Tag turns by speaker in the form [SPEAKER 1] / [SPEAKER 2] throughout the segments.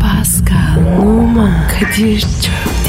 [SPEAKER 1] Pascal, Oman, Kadir çok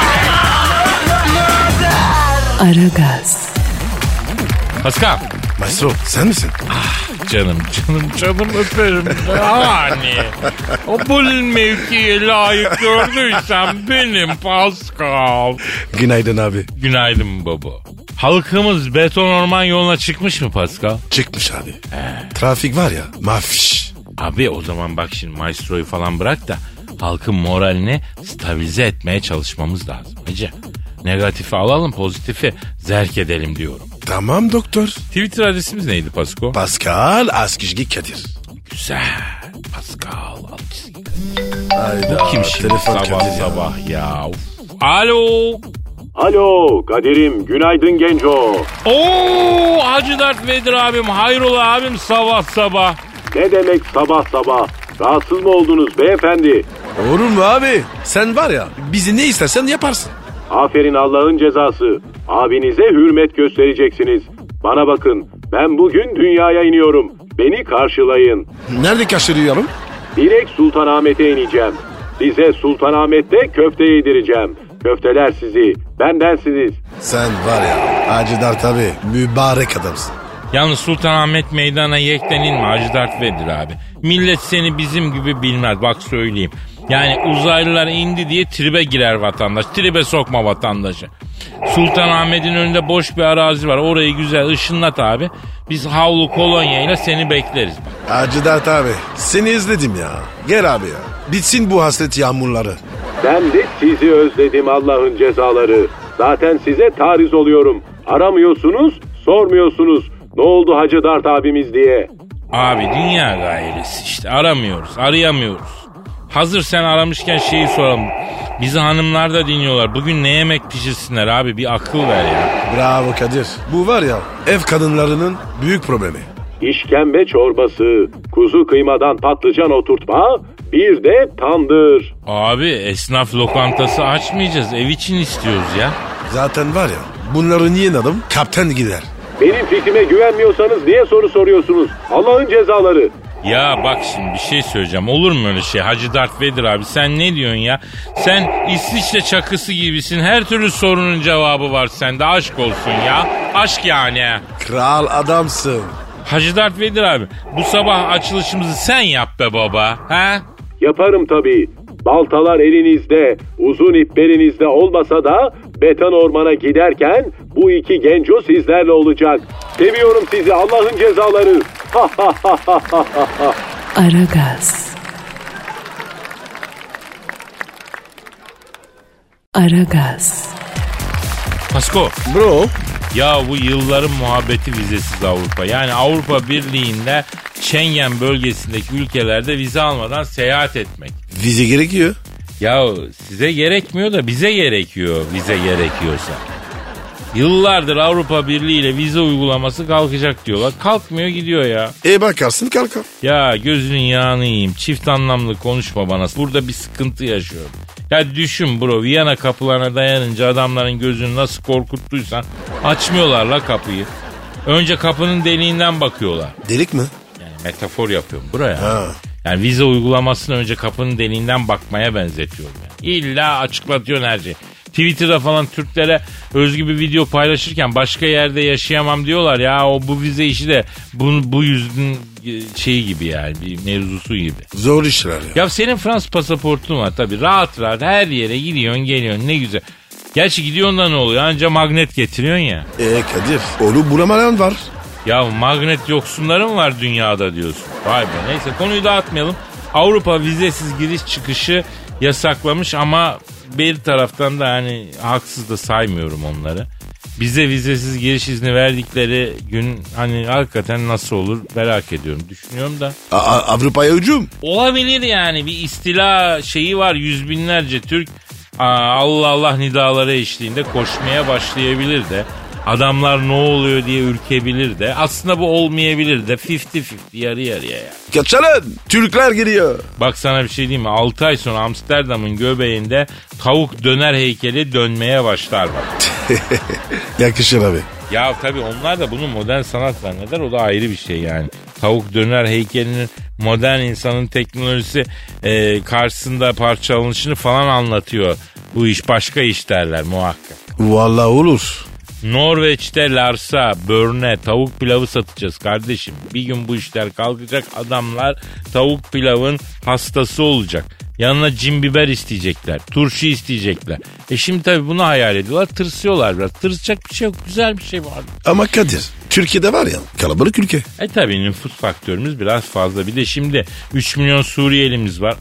[SPEAKER 1] Aragaz,
[SPEAKER 2] Pascal.
[SPEAKER 3] Mesut sen misin?
[SPEAKER 2] Canım canım canım öperim. Yani o bu mevkiye layık gördüysen benim Pascal.
[SPEAKER 3] Günaydın abi.
[SPEAKER 2] Günaydın baba. Halkımız beton orman yoluna çıkmış mı Pascal?
[SPEAKER 3] Çıkmış abi. Trafik var ya mafiş.
[SPEAKER 2] Abi o zaman bak şimdi maestroyu falan bırak da halkın moralini stabilize etmeye çalışmamız lazım. Hacı negatifi alalım pozitifi zerk edelim diyorum.
[SPEAKER 3] Tamam doktor.
[SPEAKER 2] Twitter adresimiz neydi Pasko?
[SPEAKER 3] Pascal Askizgi Kadir.
[SPEAKER 2] Güzel. Pascal Alçızı.
[SPEAKER 3] Hayda.
[SPEAKER 2] Kim şimdi
[SPEAKER 3] Telefon
[SPEAKER 2] sabah
[SPEAKER 3] Kadir ya.
[SPEAKER 2] sabah ya. Uf. Alo.
[SPEAKER 4] Alo Kadir'im günaydın genco.
[SPEAKER 2] Oo Hacı Dert Vedir abim hayrola abim sabah sabah.
[SPEAKER 4] Ne demek sabah sabah? Rahatsız mı oldunuz beyefendi?
[SPEAKER 3] Olur mu abi? Sen var ya bizi ne istersen yaparsın.
[SPEAKER 4] Aferin Allah'ın cezası. Abinize hürmet göstereceksiniz. Bana bakın ben bugün dünyaya iniyorum. Beni karşılayın.
[SPEAKER 3] Nerede kaçırıyorum?
[SPEAKER 4] Direkt Sultanahmet'e ineceğim. Size Sultanahmet'te köfte yedireceğim. Köfteler sizi, bendensiniz.
[SPEAKER 3] Sen var ya Hacı Dert abi mübarek adamsın.
[SPEAKER 2] Yalnız Sultanahmet meydana yekten inme Hacı Dert Vedir abi. Millet seni bizim gibi bilmez bak söyleyeyim. Yani uzaylılar indi diye tribe girer vatandaş. Tribe sokma vatandaşı. Sultanahmet'in önünde boş bir arazi var. Orayı güzel ışınlat abi. Biz havlu kolonyayla seni bekleriz.
[SPEAKER 3] Hacı Dert abi seni izledim ya. Gel abi ya. Bitsin bu hasret yağmurları.
[SPEAKER 4] Ben de sizi özledim Allah'ın cezaları. Zaten size tariz oluyorum. Aramıyorsunuz, sormuyorsunuz. Ne oldu Hacı Dart abimiz diye.
[SPEAKER 2] Abi dünya gayresi işte aramıyoruz arayamıyoruz. Hazır sen aramışken şeyi soralım. Bizi hanımlar da dinliyorlar. Bugün ne yemek pişirsinler abi bir akıl ver ya.
[SPEAKER 3] Bravo Kadir. Bu var ya ev kadınlarının büyük problemi.
[SPEAKER 4] İşkembe çorbası, kuzu kıymadan patlıcan oturtma, bir de tandır.
[SPEAKER 2] Abi esnaf lokantası açmayacağız ev için istiyoruz ya.
[SPEAKER 3] Zaten var ya bunları niye adam kapten gider.
[SPEAKER 4] Benim fikrime güvenmiyorsanız niye soru soruyorsunuz? Allah'ın cezaları.
[SPEAKER 2] Ya bak şimdi bir şey söyleyeceğim. Olur mu öyle şey? Hacı Dert Vedir abi sen ne diyorsun ya? Sen İsviçre çakısı gibisin. Her türlü sorunun cevabı var sende. Aşk olsun ya. Aşk yani.
[SPEAKER 3] Kral adamsın.
[SPEAKER 2] Hacı Dert Vedir abi bu sabah açılışımızı sen yap be baba. Ha?
[SPEAKER 4] Yaparım tabii. Baltalar elinizde, uzun ip belinizde olmasa da beton ormana giderken bu iki genco sizlerle olacak. Seviyorum sizi Allah'ın cezaları. Ha ha ha ha ha ha.
[SPEAKER 1] Aragaz. Aragaz,
[SPEAKER 2] Pasko
[SPEAKER 3] Bro.
[SPEAKER 2] ya bu yılların muhabbeti vizesiz Avrupa. Yani Avrupa Birliği'nde Schengen bölgesindeki ülkelerde vize almadan seyahat etmek.
[SPEAKER 3] Vize gerekiyor.
[SPEAKER 2] Ya size gerekmiyor da bize gerekiyor vize gerekiyorsa. Yıllardır Avrupa Birliği ile vize uygulaması kalkacak diyorlar. Kalkmıyor gidiyor ya.
[SPEAKER 3] E bakarsın kalkar.
[SPEAKER 2] Ya gözünün yağını yiyeyim. Çift anlamlı konuşma bana. Burada bir sıkıntı yaşıyorum. Ya düşün bro Viyana kapılarına dayanınca adamların gözünü nasıl korkuttuysan açmıyorlar la kapıyı. Önce kapının deliğinden bakıyorlar.
[SPEAKER 3] Delik mi?
[SPEAKER 2] Yani metafor yapıyorum buraya.
[SPEAKER 3] Ha.
[SPEAKER 2] Yani vize uygulamasını önce kapının deliğinden bakmaya benzetiyorum. Yani. İlla açıklatıyorsun her şeyi. Twitter'da falan Türklere özgü bir video paylaşırken başka yerde yaşayamam diyorlar. Ya o bu vize işi de bu, bu yüzün e, şeyi gibi yani bir mevzusu gibi.
[SPEAKER 3] Zor işler ya.
[SPEAKER 2] Ya senin Frans pasaportun var tabii rahat rahat her yere gidiyorsun geliyorsun ne güzel. Gerçi gidiyorsun da ne oluyor anca magnet getiriyorsun ya.
[SPEAKER 3] E Kadir. Oğlu bulamayan var.
[SPEAKER 2] Ya magnet yoksunları mı var dünyada diyorsun? Vay be neyse konuyu dağıtmayalım. Avrupa vizesiz giriş çıkışı yasaklamış ama bir taraftan da hani haksız da saymıyorum onları. Bize vizesiz giriş izni verdikleri gün hani hakikaten nasıl olur merak ediyorum. Düşünüyorum da.
[SPEAKER 3] A- A- Avrupa'ya hücum.
[SPEAKER 2] Olabilir yani bir istila şeyi var yüz binlerce Türk Aa, Allah Allah nidaları eşliğinde koşmaya başlayabilir de. Adamlar ne oluyor diye ürkebilir de. Aslında bu olmayabilir de. 50-50 yarı yarıya ya.
[SPEAKER 3] Kaçalım. Türkler geliyor.
[SPEAKER 2] Bak sana bir şey diyeyim mi? 6 ay sonra Amsterdam'ın göbeğinde tavuk döner heykeli dönmeye başlar bak.
[SPEAKER 3] Yakışır abi.
[SPEAKER 2] Ya tabii onlar da bunu modern sanat zanneder. O da ayrı bir şey yani. Tavuk döner heykelinin modern insanın teknolojisi e, karşısında parçalanışını falan anlatıyor. Bu iş başka iş derler muhakkak.
[SPEAKER 3] Vallahi olur.
[SPEAKER 2] Norveç'te Lars'a, Börne tavuk pilavı satacağız kardeşim. Bir gün bu işler kalkacak adamlar tavuk pilavın hastası olacak. Yanına cin biber isteyecekler, turşu isteyecekler. E şimdi tabii bunu hayal ediyorlar, tırsıyorlar biraz. Tırsacak bir şey yok, güzel bir şey var.
[SPEAKER 3] Ama Kadir Türkiye'de var ya kalabalık ülke.
[SPEAKER 2] E tabii nüfus faktörümüz biraz fazla. Bir de şimdi 3 milyon Suriyelimiz var.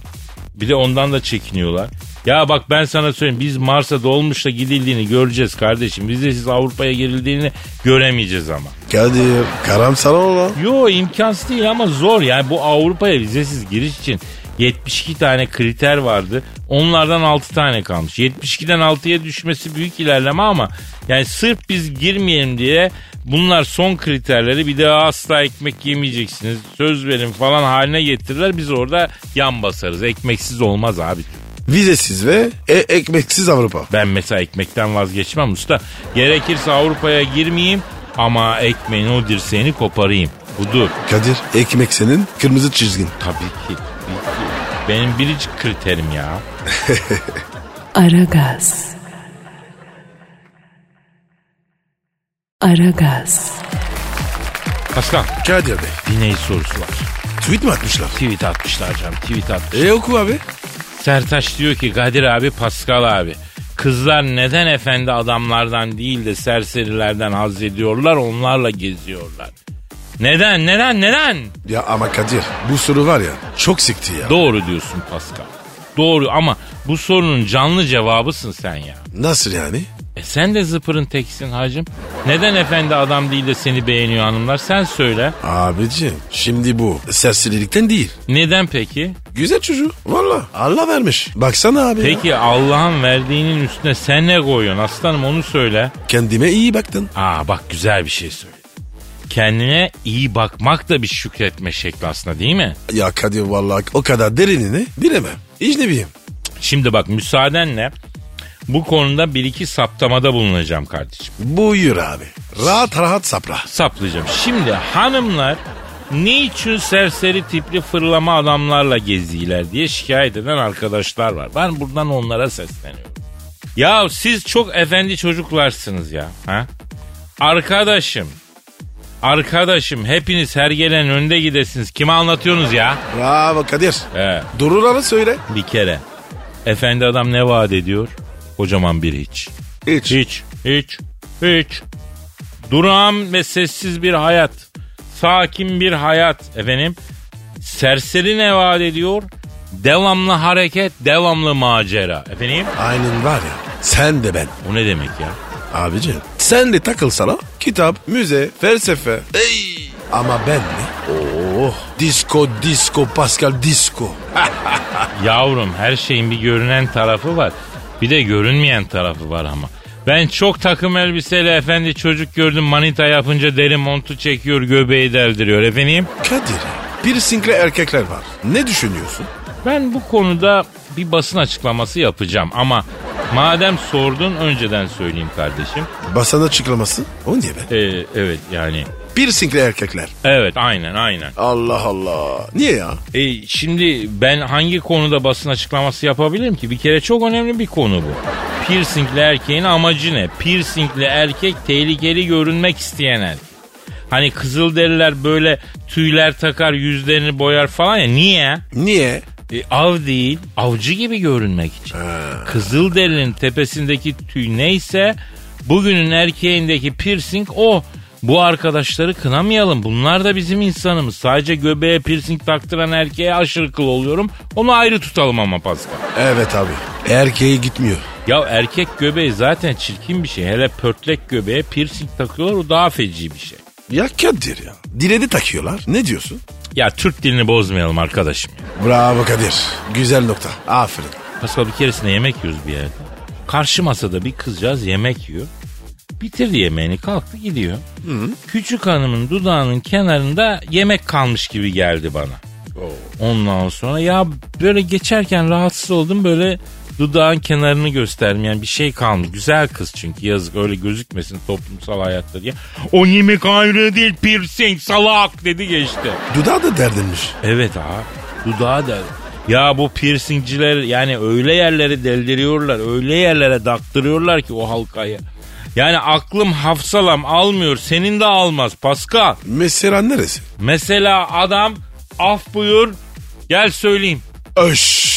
[SPEAKER 2] Bir de ondan da çekiniyorlar. Ya bak ben sana söyleyeyim biz Mars'a dolmuşla gidildiğini göreceğiz kardeşim. Biz de siz Avrupa'ya girildiğini göremeyeceğiz ama.
[SPEAKER 3] Kadir karamsar olma.
[SPEAKER 2] Yo imkansız değil ama zor. Yani bu Avrupa'ya vizesiz giriş için 72 tane kriter vardı. Onlardan 6 tane kalmış. 72'den 6'ya düşmesi büyük ilerleme ama yani sırf biz girmeyelim diye bunlar son kriterleri bir daha asla ekmek yemeyeceksiniz söz verin falan haline getirirler. Biz orada yan basarız. Ekmeksiz olmaz abi.
[SPEAKER 3] Vizesiz ve e- ekmeksiz Avrupa.
[SPEAKER 2] Ben mesela ekmekten vazgeçmem usta. Gerekirse Avrupa'ya girmeyeyim ama ekmeğin o dirseğini koparayım. Budur.
[SPEAKER 3] Kadir ekmek senin kırmızı çizgin.
[SPEAKER 2] Tabii ki. tabii ki. Benim biricik kriterim ya.
[SPEAKER 1] Aragaz. Aragaz.
[SPEAKER 2] Pascal
[SPEAKER 3] Kadir Bey
[SPEAKER 2] dinleyici sorusu var.
[SPEAKER 3] tweet mi atmışlar?
[SPEAKER 2] Tweet atmışlar canım tweet atmış.
[SPEAKER 3] E oku abi.
[SPEAKER 2] Sertaç diyor ki Kadir abi Pascal abi. Kızlar neden efendi adamlardan değil de serserilerden haz ediyorlar onlarla geziyorlar. Neden neden neden?
[SPEAKER 3] Ya ama Kadir bu soru var ya çok sikti ya.
[SPEAKER 2] Doğru diyorsun Pascal. Doğru ama bu sorunun canlı cevabısın sen ya.
[SPEAKER 3] Nasıl yani?
[SPEAKER 2] E sen de zıpırın teksin hacım. Neden efendi adam değil de seni beğeniyor hanımlar sen söyle.
[SPEAKER 3] Abicim şimdi bu serserilikten değil.
[SPEAKER 2] Neden peki?
[SPEAKER 3] Güzel çocuğu valla. Allah vermiş. Baksana abi ya.
[SPEAKER 2] Peki Allah'ın verdiğinin üstüne sen ne koyuyorsun aslanım onu söyle.
[SPEAKER 3] Kendime iyi baktın.
[SPEAKER 2] Aa bak güzel bir şey söyle. Kendine iyi bakmak da bir şükretme şekli aslında değil mi?
[SPEAKER 3] Ya Kadir valla o kadar derinini bilemem. İcnebiyim.
[SPEAKER 2] Şimdi bak müsaadenle bu konuda bir iki saptamada bulunacağım kardeşim.
[SPEAKER 3] Buyur abi. Rahat rahat sapra.
[SPEAKER 2] Saplayacağım. Şimdi hanımlar niçin serseri tipli fırlama adamlarla geziyorlar diye şikayet eden arkadaşlar var. Ben buradan onlara sesleniyorum. Ya siz çok efendi çocuklarsınız ya. Ha? Arkadaşım. Arkadaşım hepiniz her gelen önde gidesiniz. Kime anlatıyorsunuz ya?
[SPEAKER 3] Bravo Kadir.
[SPEAKER 2] He.
[SPEAKER 3] Doğruları söyle.
[SPEAKER 2] Bir kere. Efendi adam ne vaat ediyor? Kocaman bir hiç.
[SPEAKER 3] Hiç.
[SPEAKER 2] Hiç. Hiç. Hiç. Durağan ve sessiz bir hayat. Sakin bir hayat efendim. Serseri ne vaat ediyor? Devamlı hareket, devamlı macera. Efendim?
[SPEAKER 3] Aynen var ya. Sen de ben.
[SPEAKER 2] O ne demek ya?
[SPEAKER 3] Abicim. Sen de takılsana. Kitap, müze, felsefe. Ey. Ama ben ne? Oh. Disco, disco, Pascal disco.
[SPEAKER 2] Yavrum her şeyin bir görünen tarafı var. Bir de görünmeyen tarafı var ama. Ben çok takım elbiseyle efendi çocuk gördüm manita yapınca deri montu çekiyor göbeği deldiriyor efendim.
[SPEAKER 3] Kadir. Piercingli erkekler var. Ne düşünüyorsun?
[SPEAKER 2] Ben bu konuda bir basın açıklaması yapacağım ama madem sordun önceden söyleyeyim kardeşim.
[SPEAKER 3] Basana açıklaması. O niye be?
[SPEAKER 2] Ee, evet yani.
[SPEAKER 3] Piercingli erkekler.
[SPEAKER 2] Evet aynen aynen.
[SPEAKER 3] Allah Allah. Niye ya?
[SPEAKER 2] Ee, şimdi ben hangi konuda basın açıklaması yapabilirim ki? Bir kere çok önemli bir konu bu. Piercingli erkeğin amacı ne? Piercingli erkek tehlikeli görünmek isteyen erkek. Hani kızılderililer böyle tüyler takar yüzlerini boyar falan ya niye?
[SPEAKER 3] Niye?
[SPEAKER 2] E, av değil, avcı gibi görünmek için. Kızılderinin tepesindeki tüy neyse bugünün erkeğindeki piercing o. Bu arkadaşları kınamayalım. Bunlar da bizim insanımız. Sadece göbeğe piercing taktıran erkeğe aşırı kıl oluyorum. Onu ayrı tutalım ama Pascal.
[SPEAKER 3] Evet abi. Erkeğe gitmiyor.
[SPEAKER 2] Ya erkek göbeği zaten çirkin bir şey. Hele pörtlek göbeğe piercing takıyorlar o daha feci bir şey.
[SPEAKER 3] Ya Kadir ya. Diledi takıyorlar. Ne diyorsun?
[SPEAKER 2] Ya Türk dilini bozmayalım arkadaşım. ya.
[SPEAKER 3] Bravo Kadir. Güzel nokta. Aferin.
[SPEAKER 2] Pascal bir keresinde yemek yiyoruz bir yerde. Karşı masada bir kızcağız yemek yiyor. Bitirdi yemeğini kalktı gidiyor. Küçük hanımın dudağının kenarında yemek kalmış gibi geldi bana. Ondan sonra ya böyle geçerken rahatsız oldum böyle dudağın kenarını göstermeyen bir şey kalmış. Güzel kız çünkü yazık öyle gözükmesin toplumsal hayatta diye. O yemek ayrı değil piercing salak dedi geçti.
[SPEAKER 3] Dudağı da derdinmiş.
[SPEAKER 2] Evet abi. Dudağı da. Ya bu piercingciler yani öyle yerlere deldiriyorlar. Öyle yerlere daktırıyorlar ki o halkayı. Yani aklım hafsalam almıyor. Senin de almaz Pascal.
[SPEAKER 3] Mesela neresi?
[SPEAKER 2] Mesela adam af buyur gel söyleyeyim.
[SPEAKER 3] Öş.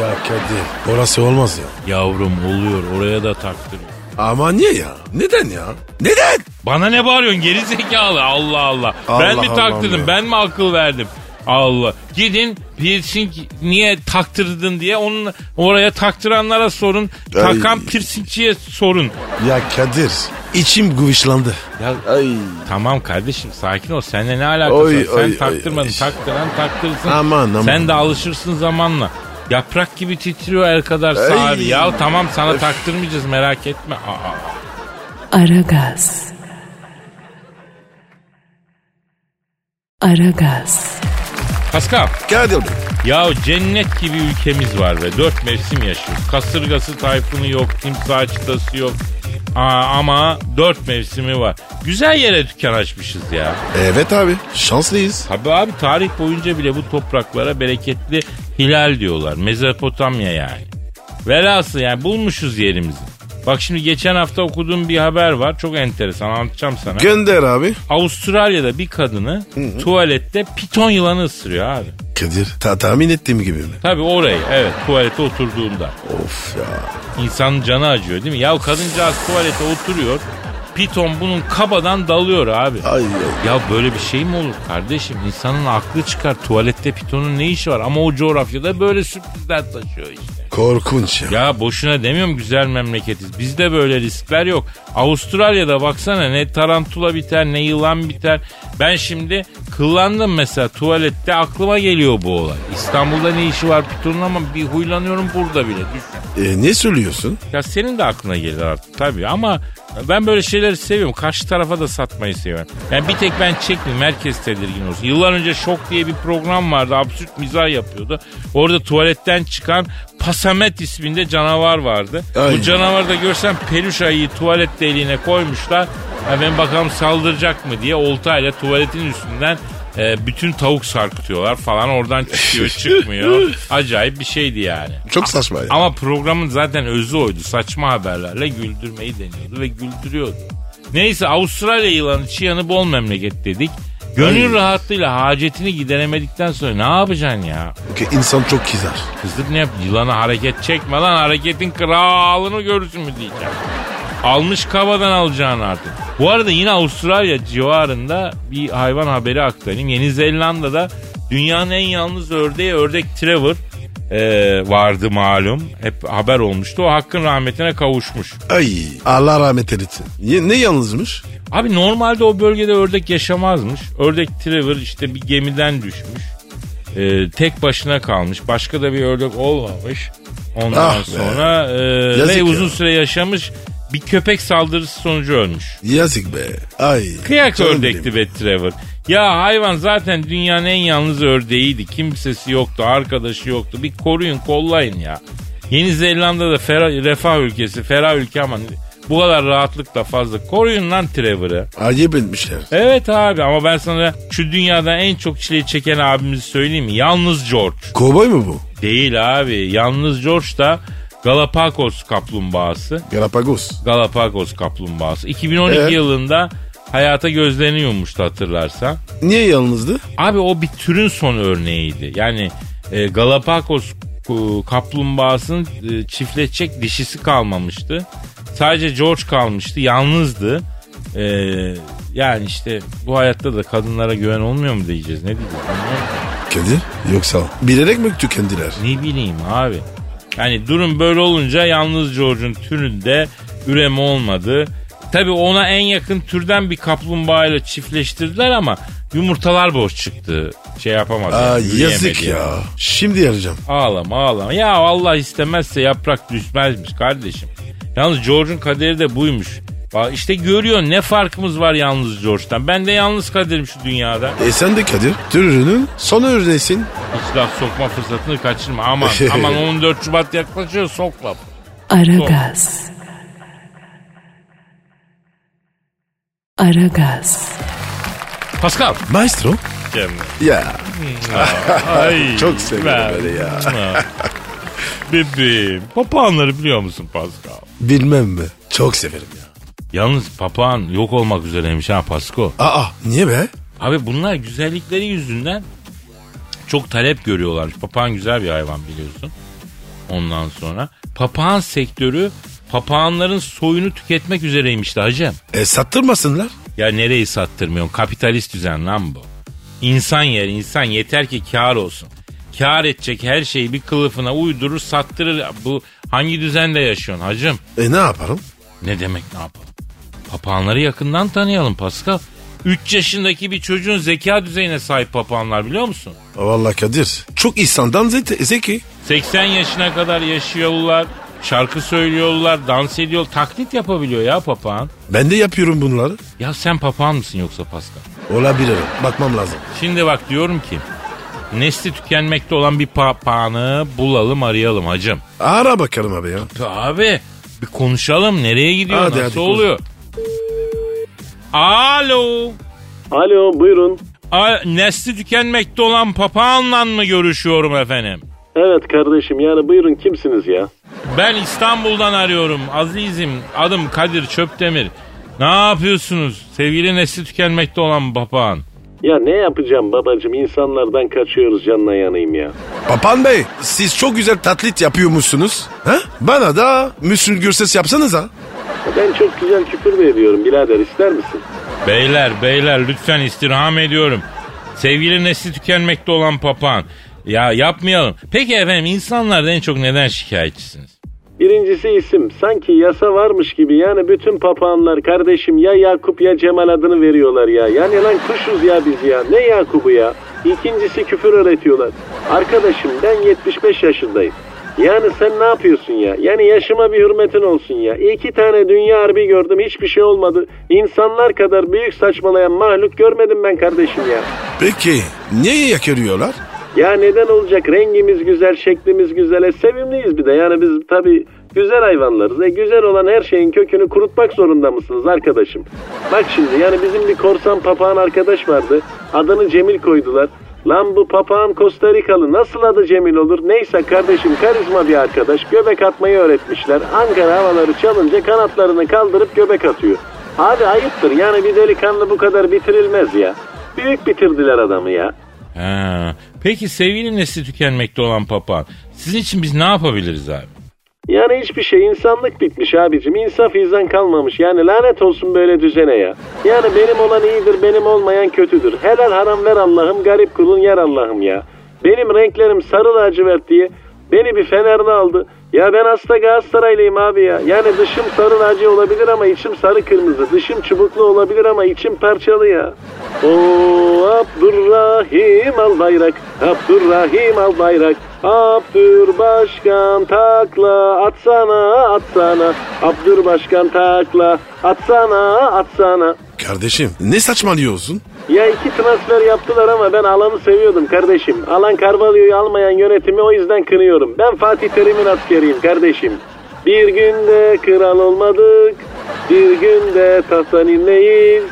[SPEAKER 3] Ya Kadir orası olmaz ya.
[SPEAKER 2] Yavrum oluyor oraya da taktır.
[SPEAKER 3] Ama niye ya? Neden ya? Neden?
[SPEAKER 2] Bana ne bağırıyorsun geri zekalı Allah Allah. ben
[SPEAKER 3] Allah
[SPEAKER 2] mi
[SPEAKER 3] Allah
[SPEAKER 2] taktırdım
[SPEAKER 3] ya.
[SPEAKER 2] ben mi akıl verdim? Allah. Gidin piercing niye taktırdın diye onun oraya taktıranlara sorun. Takan piercingciye sorun.
[SPEAKER 3] Ya Kadir içim gıvışlandı.
[SPEAKER 2] Ya
[SPEAKER 3] Ay.
[SPEAKER 2] tamam kardeşim sakin ol. Seninle ne alakası
[SPEAKER 3] Oy,
[SPEAKER 2] var? Sen
[SPEAKER 3] oy, oy,
[SPEAKER 2] taktırmadın.
[SPEAKER 3] oy.
[SPEAKER 2] Taktıran taktırsın.
[SPEAKER 3] Aman, aman.
[SPEAKER 2] Sen de alışırsın zamanla. Yaprak gibi titriyor el kadar sağır.
[SPEAKER 3] Ay.
[SPEAKER 2] Ya tamam sana taktırmayacağız merak etme. Aa.
[SPEAKER 1] Aragaz. Aragaz.
[SPEAKER 2] Pascal.
[SPEAKER 3] Kadir Bey.
[SPEAKER 2] Ya cennet gibi ülkemiz var ve dört mevsim yaşıyoruz. Kasırgası tayfunu yok, timsah çıtası yok. Aa, ama dört mevsimi var. Güzel yere dükkan açmışız ya.
[SPEAKER 3] Evet abi şanslıyız.
[SPEAKER 2] Tabii abi tarih boyunca bile bu topraklara bereketli hilal diyorlar. Mezopotamya yani. Velhasıl yani bulmuşuz yerimizi. Bak şimdi geçen hafta okuduğum bir haber var. Çok enteresan anlatacağım sana.
[SPEAKER 3] Gönder abi.
[SPEAKER 2] Avustralya'da bir kadını tuvalette piton yılanı ısırıyor abi.
[SPEAKER 3] Kadir ta tahmin ettiğim gibi mi?
[SPEAKER 2] Tabii orayı evet tuvalete oturduğunda.
[SPEAKER 3] Of ya.
[SPEAKER 2] İnsanın canı acıyor değil mi? Ya kadıncağız tuvalete oturuyor. Piton bunun kabadan dalıyor abi.
[SPEAKER 3] Ay ay.
[SPEAKER 2] Ya böyle bir şey mi olur kardeşim? İnsanın aklı çıkar. Tuvalette pitonun ne işi var? Ama o coğrafyada böyle sürprizler taşıyor işte.
[SPEAKER 3] Korkunç ya.
[SPEAKER 2] Ya boşuna demiyorum güzel memleketiz. Bizde böyle riskler yok. Avustralya'da baksana ne tarantula biter ne yılan biter. Ben şimdi kıllandım mesela tuvalette aklıma geliyor bu olay. İstanbul'da ne işi var pitonun ama bir huylanıyorum burada bile. Düşün.
[SPEAKER 3] E, ne söylüyorsun?
[SPEAKER 2] Ya senin de aklına gelir artık tabii ama ben böyle şeyleri seviyorum. Karşı tarafa da satmayı seviyorum. Yani bir tek ben çekmeyeyim. Herkes tedirgin olsun. Yıllar önce Şok diye bir program vardı. Absürt mizah yapıyordu. Orada tuvaletten çıkan Pasamet isminde canavar vardı.
[SPEAKER 3] Ay.
[SPEAKER 2] Bu canavarı da görsen peluş ayıyı tuvalet deliğine koymuşlar. Ya ben bakalım saldıracak mı diye oltayla tuvaletin üstünden e, bütün tavuk sarkıtıyorlar falan. Oradan çıkıyor çıkmıyor. Acayip bir şeydi yani.
[SPEAKER 3] Çok saçma ya.
[SPEAKER 2] Ama programın zaten özü oydu. Saçma haberlerle güldürmeyi deniyordu ve güldürüyordu. Neyse Avustralya yılanı çiğ yanı bol memleket dedik. Gönül rahatlığıyla hacetini gideremedikten sonra ne yapacaksın ya?
[SPEAKER 3] Ki insan çok kızar.
[SPEAKER 2] Kızdık ne yap? Yılana hareket çekme lan hareketin kralını görürsün mü diyeceğim. Almış kabadan alacağını artık. Bu arada yine Avustralya civarında bir hayvan haberi aktarayım. Yeni Zelanda'da dünyanın en yalnız ördeği ördek Trevor eee, vardı malum. Hep haber olmuştu. O hakkın rahmetine kavuşmuş.
[SPEAKER 3] Ay Allah rahmet eylesin. Ye- ne yalnızmış?
[SPEAKER 2] Abi normalde o bölgede ördek yaşamazmış. Ördek Trevor işte bir gemiden düşmüş. Ee, tek başına kalmış. Başka da bir ördek olmamış. Ondan
[SPEAKER 3] Ah be.
[SPEAKER 2] sonra e,
[SPEAKER 3] Yazık
[SPEAKER 2] ve
[SPEAKER 3] ya.
[SPEAKER 2] uzun süre yaşamış. Bir köpek saldırısı sonucu ölmüş.
[SPEAKER 3] Yazık be. Ay.
[SPEAKER 2] Kıyak
[SPEAKER 3] Canım
[SPEAKER 2] ördekti
[SPEAKER 3] benim.
[SPEAKER 2] be Trevor. Ya hayvan zaten dünyanın en yalnız ördeğiydi. Kimsesi yoktu, arkadaşı yoktu. Bir koruyun, kollayın ya. Yeni Zelanda'da ferah, refah ülkesi, ferah ülke ama bu kadar rahatlıkla fazla. Koruyun lan Trevor'ı.
[SPEAKER 3] Ayıp etmişler.
[SPEAKER 2] Evet abi ama ben sana şu dünyada en çok çileyi çeken abimizi söyleyeyim mi? Yalnız George.
[SPEAKER 3] Kovboy mu bu?
[SPEAKER 2] Değil abi. Yalnız George da Galapagos kaplumbağası.
[SPEAKER 3] Galapagos.
[SPEAKER 2] Galapagos kaplumbağası. 2012
[SPEAKER 3] Ee?
[SPEAKER 2] yılında hayata gözlerini yummuştu hatırlarsan.
[SPEAKER 3] Niye yalnızdı?
[SPEAKER 2] Abi o bir türün son örneğiydi. Yani e, Galapagos e, kaplumbağasının e, çiftleşecek dişisi kalmamıştı. Sadece George kalmıştı. Yalnızdı. E, yani işte bu hayatta da kadınlara güven olmuyor mu diyeceğiz. Ne diyeceğiz? anlamadım.
[SPEAKER 3] Kadir yoksa bilerek mi tükendiler?
[SPEAKER 2] Ne bileyim abi. Yani durum böyle olunca yalnız George'un türünde üreme olmadı. Tabii ona en yakın türden bir kaplumbağayla çiftleştirdiler ama yumurtalar boş çıktı. şey yapamadı.
[SPEAKER 3] Aa,
[SPEAKER 2] yani, yürüyemedi
[SPEAKER 3] yazık
[SPEAKER 2] yani.
[SPEAKER 3] ya. Şimdi arayacağım.
[SPEAKER 2] Ağlama ağlama. Ya Allah istemezse yaprak düşmezmiş kardeşim. Yalnız George'un kaderi de buymuş. Bak işte görüyorsun ne farkımız var yalnız George'dan. Ben de yalnız kaderim şu dünyada.
[SPEAKER 3] E sen de Kadir türünün son örneğisin.
[SPEAKER 2] Hiç laf sokma fırsatını kaçırma. Aman aman 14 Şubat yaklaşıyor sok laf.
[SPEAKER 1] Aragaz. Aragaz.
[SPEAKER 2] Pascal.
[SPEAKER 3] Maestro.
[SPEAKER 2] Cem.
[SPEAKER 3] Ya
[SPEAKER 2] Ay,
[SPEAKER 3] çok seviyorum
[SPEAKER 2] ben-
[SPEAKER 3] böyle ya.
[SPEAKER 2] Ha. Bebeğim. Papağanları biliyor musun Pascal?
[SPEAKER 3] Bilmem mi? Çok severim ya.
[SPEAKER 2] Yalnız papağan yok olmak üzereymiş ha Pasko.
[SPEAKER 3] Aa niye be?
[SPEAKER 2] Abi bunlar güzellikleri yüzünden çok talep görüyorlarmış. Papağan güzel bir hayvan biliyorsun. Ondan sonra papağan sektörü papağanların soyunu tüketmek üzereymiş de hacım.
[SPEAKER 3] E sattırmasınlar.
[SPEAKER 2] Ya nereyi sattırmıyorsun? Kapitalist düzen lan bu. İnsan yer insan yeter ki kar olsun. Kar edecek her şeyi bir kılıfına uydurur sattırır. Bu hangi düzende yaşıyorsun hacım?
[SPEAKER 3] E ne yaparım?
[SPEAKER 2] Ne demek ne yapalım? Papağanları yakından tanıyalım Pascal. 3 yaşındaki bir çocuğun zeka düzeyine sahip papağanlar biliyor musun?
[SPEAKER 3] E, Vallahi Kadir çok insandan zeki. zeki.
[SPEAKER 2] 80 yaşına kadar yaşıyorlar, şarkı söylüyorlar, dans ediyor, taklit yapabiliyor ya papağan.
[SPEAKER 3] Ben de yapıyorum bunları.
[SPEAKER 2] Ya sen papağan mısın yoksa Pascal?
[SPEAKER 3] Olabilir. Bakmam lazım.
[SPEAKER 2] Şimdi bak diyorum ki nesli tükenmekte olan bir papağanı bulalım arayalım hacım.
[SPEAKER 3] Ara bakalım abi ya.
[SPEAKER 2] Ya Abi bir konuşalım nereye gidiyor
[SPEAKER 3] Hadi,
[SPEAKER 2] nasıl
[SPEAKER 3] hadi,
[SPEAKER 2] oluyor? Alo.
[SPEAKER 4] Alo buyurun.
[SPEAKER 2] A- nesli tükenmekte olan papağanla mı görüşüyorum efendim?
[SPEAKER 4] Evet kardeşim yani buyurun kimsiniz ya?
[SPEAKER 2] Ben İstanbul'dan arıyorum azizim. Adım Kadir Çöptemir. Ne yapıyorsunuz sevgili nesli tükenmekte olan papağan?
[SPEAKER 4] Ya ne yapacağım babacım insanlardan kaçıyoruz canına yanayım ya.
[SPEAKER 3] Papan Bey siz çok güzel tatlit yapıyormuşsunuz. Ha? Bana da Müslüm Gürses yapsanız ha.
[SPEAKER 4] Ben çok güzel küfür mü ediyorum birader ister misin?
[SPEAKER 2] Beyler beyler lütfen istirham ediyorum. Sevgili nesli tükenmekte olan papağan. Ya yapmayalım. Peki efendim insanlardan en çok neden şikayetçisiniz?
[SPEAKER 4] Birincisi isim. Sanki yasa varmış gibi yani bütün papağanlar kardeşim ya Yakup ya Cemal adını veriyorlar ya. Yani lan kuşuz ya biz ya. Ne Yakup'u ya? İkincisi küfür öğretiyorlar. Arkadaşım ben 75 yaşındayım. Yani sen ne yapıyorsun ya? Yani yaşıma bir hürmetin olsun ya. İki tane dünya harbi gördüm hiçbir şey olmadı. İnsanlar kadar büyük saçmalayan mahluk görmedim ben kardeşim ya.
[SPEAKER 3] Peki niye yakıyorlar?
[SPEAKER 4] Ya neden olacak? Rengimiz güzel, şeklimiz güzel. E, sevimliyiz bir de. Yani biz tabii güzel hayvanlarız. E, güzel olan her şeyin kökünü kurutmak zorunda mısınız arkadaşım? Bak şimdi yani bizim bir korsan papağan arkadaş vardı. Adını Cemil koydular. Lan bu papağan Costa Rikalı nasıl adı Cemil olur? Neyse kardeşim karizma bir arkadaş. Göbek atmayı öğretmişler. Ankara havaları çalınca kanatlarını kaldırıp göbek atıyor. Abi ayıptır yani bir delikanlı bu kadar bitirilmez ya. Büyük bitirdiler adamı ya.
[SPEAKER 2] Ha. Peki sevgili nesli tükenmekte olan papağan. Sizin için biz ne yapabiliriz abi?
[SPEAKER 4] Yani hiçbir şey insanlık bitmiş abicim. İnsaf izan kalmamış. Yani lanet olsun böyle düzene ya. Yani benim olan iyidir, benim olmayan kötüdür. Helal haram ver Allah'ım, garip kulun yer Allah'ım ya. Benim renklerim sarı lacivert diye beni bir fenerli aldı. Ya ben hasta Galatasaraylıyım abi ya. Yani dışım sarı laci olabilir ama içim sarı kırmızı. Dışım çubuklu olabilir ama içim parçalı ya. Oo Abdurrahim al bayrak. Abdurrahim al bayrak. Abdurbaşkan takla atsana atsana. Abdurbaşkan takla atsana atsana.
[SPEAKER 3] Kardeşim ne saçmalıyorsun?
[SPEAKER 4] Ya iki transfer yaptılar ama ben Alan'ı seviyordum kardeşim. Alan Carvalho'yu almayan yönetimi o yüzden kınıyorum. Ben Fatih Terim'in askeriyim kardeşim. Bir günde kral olmadık. Bir günde tahttan inleyiz.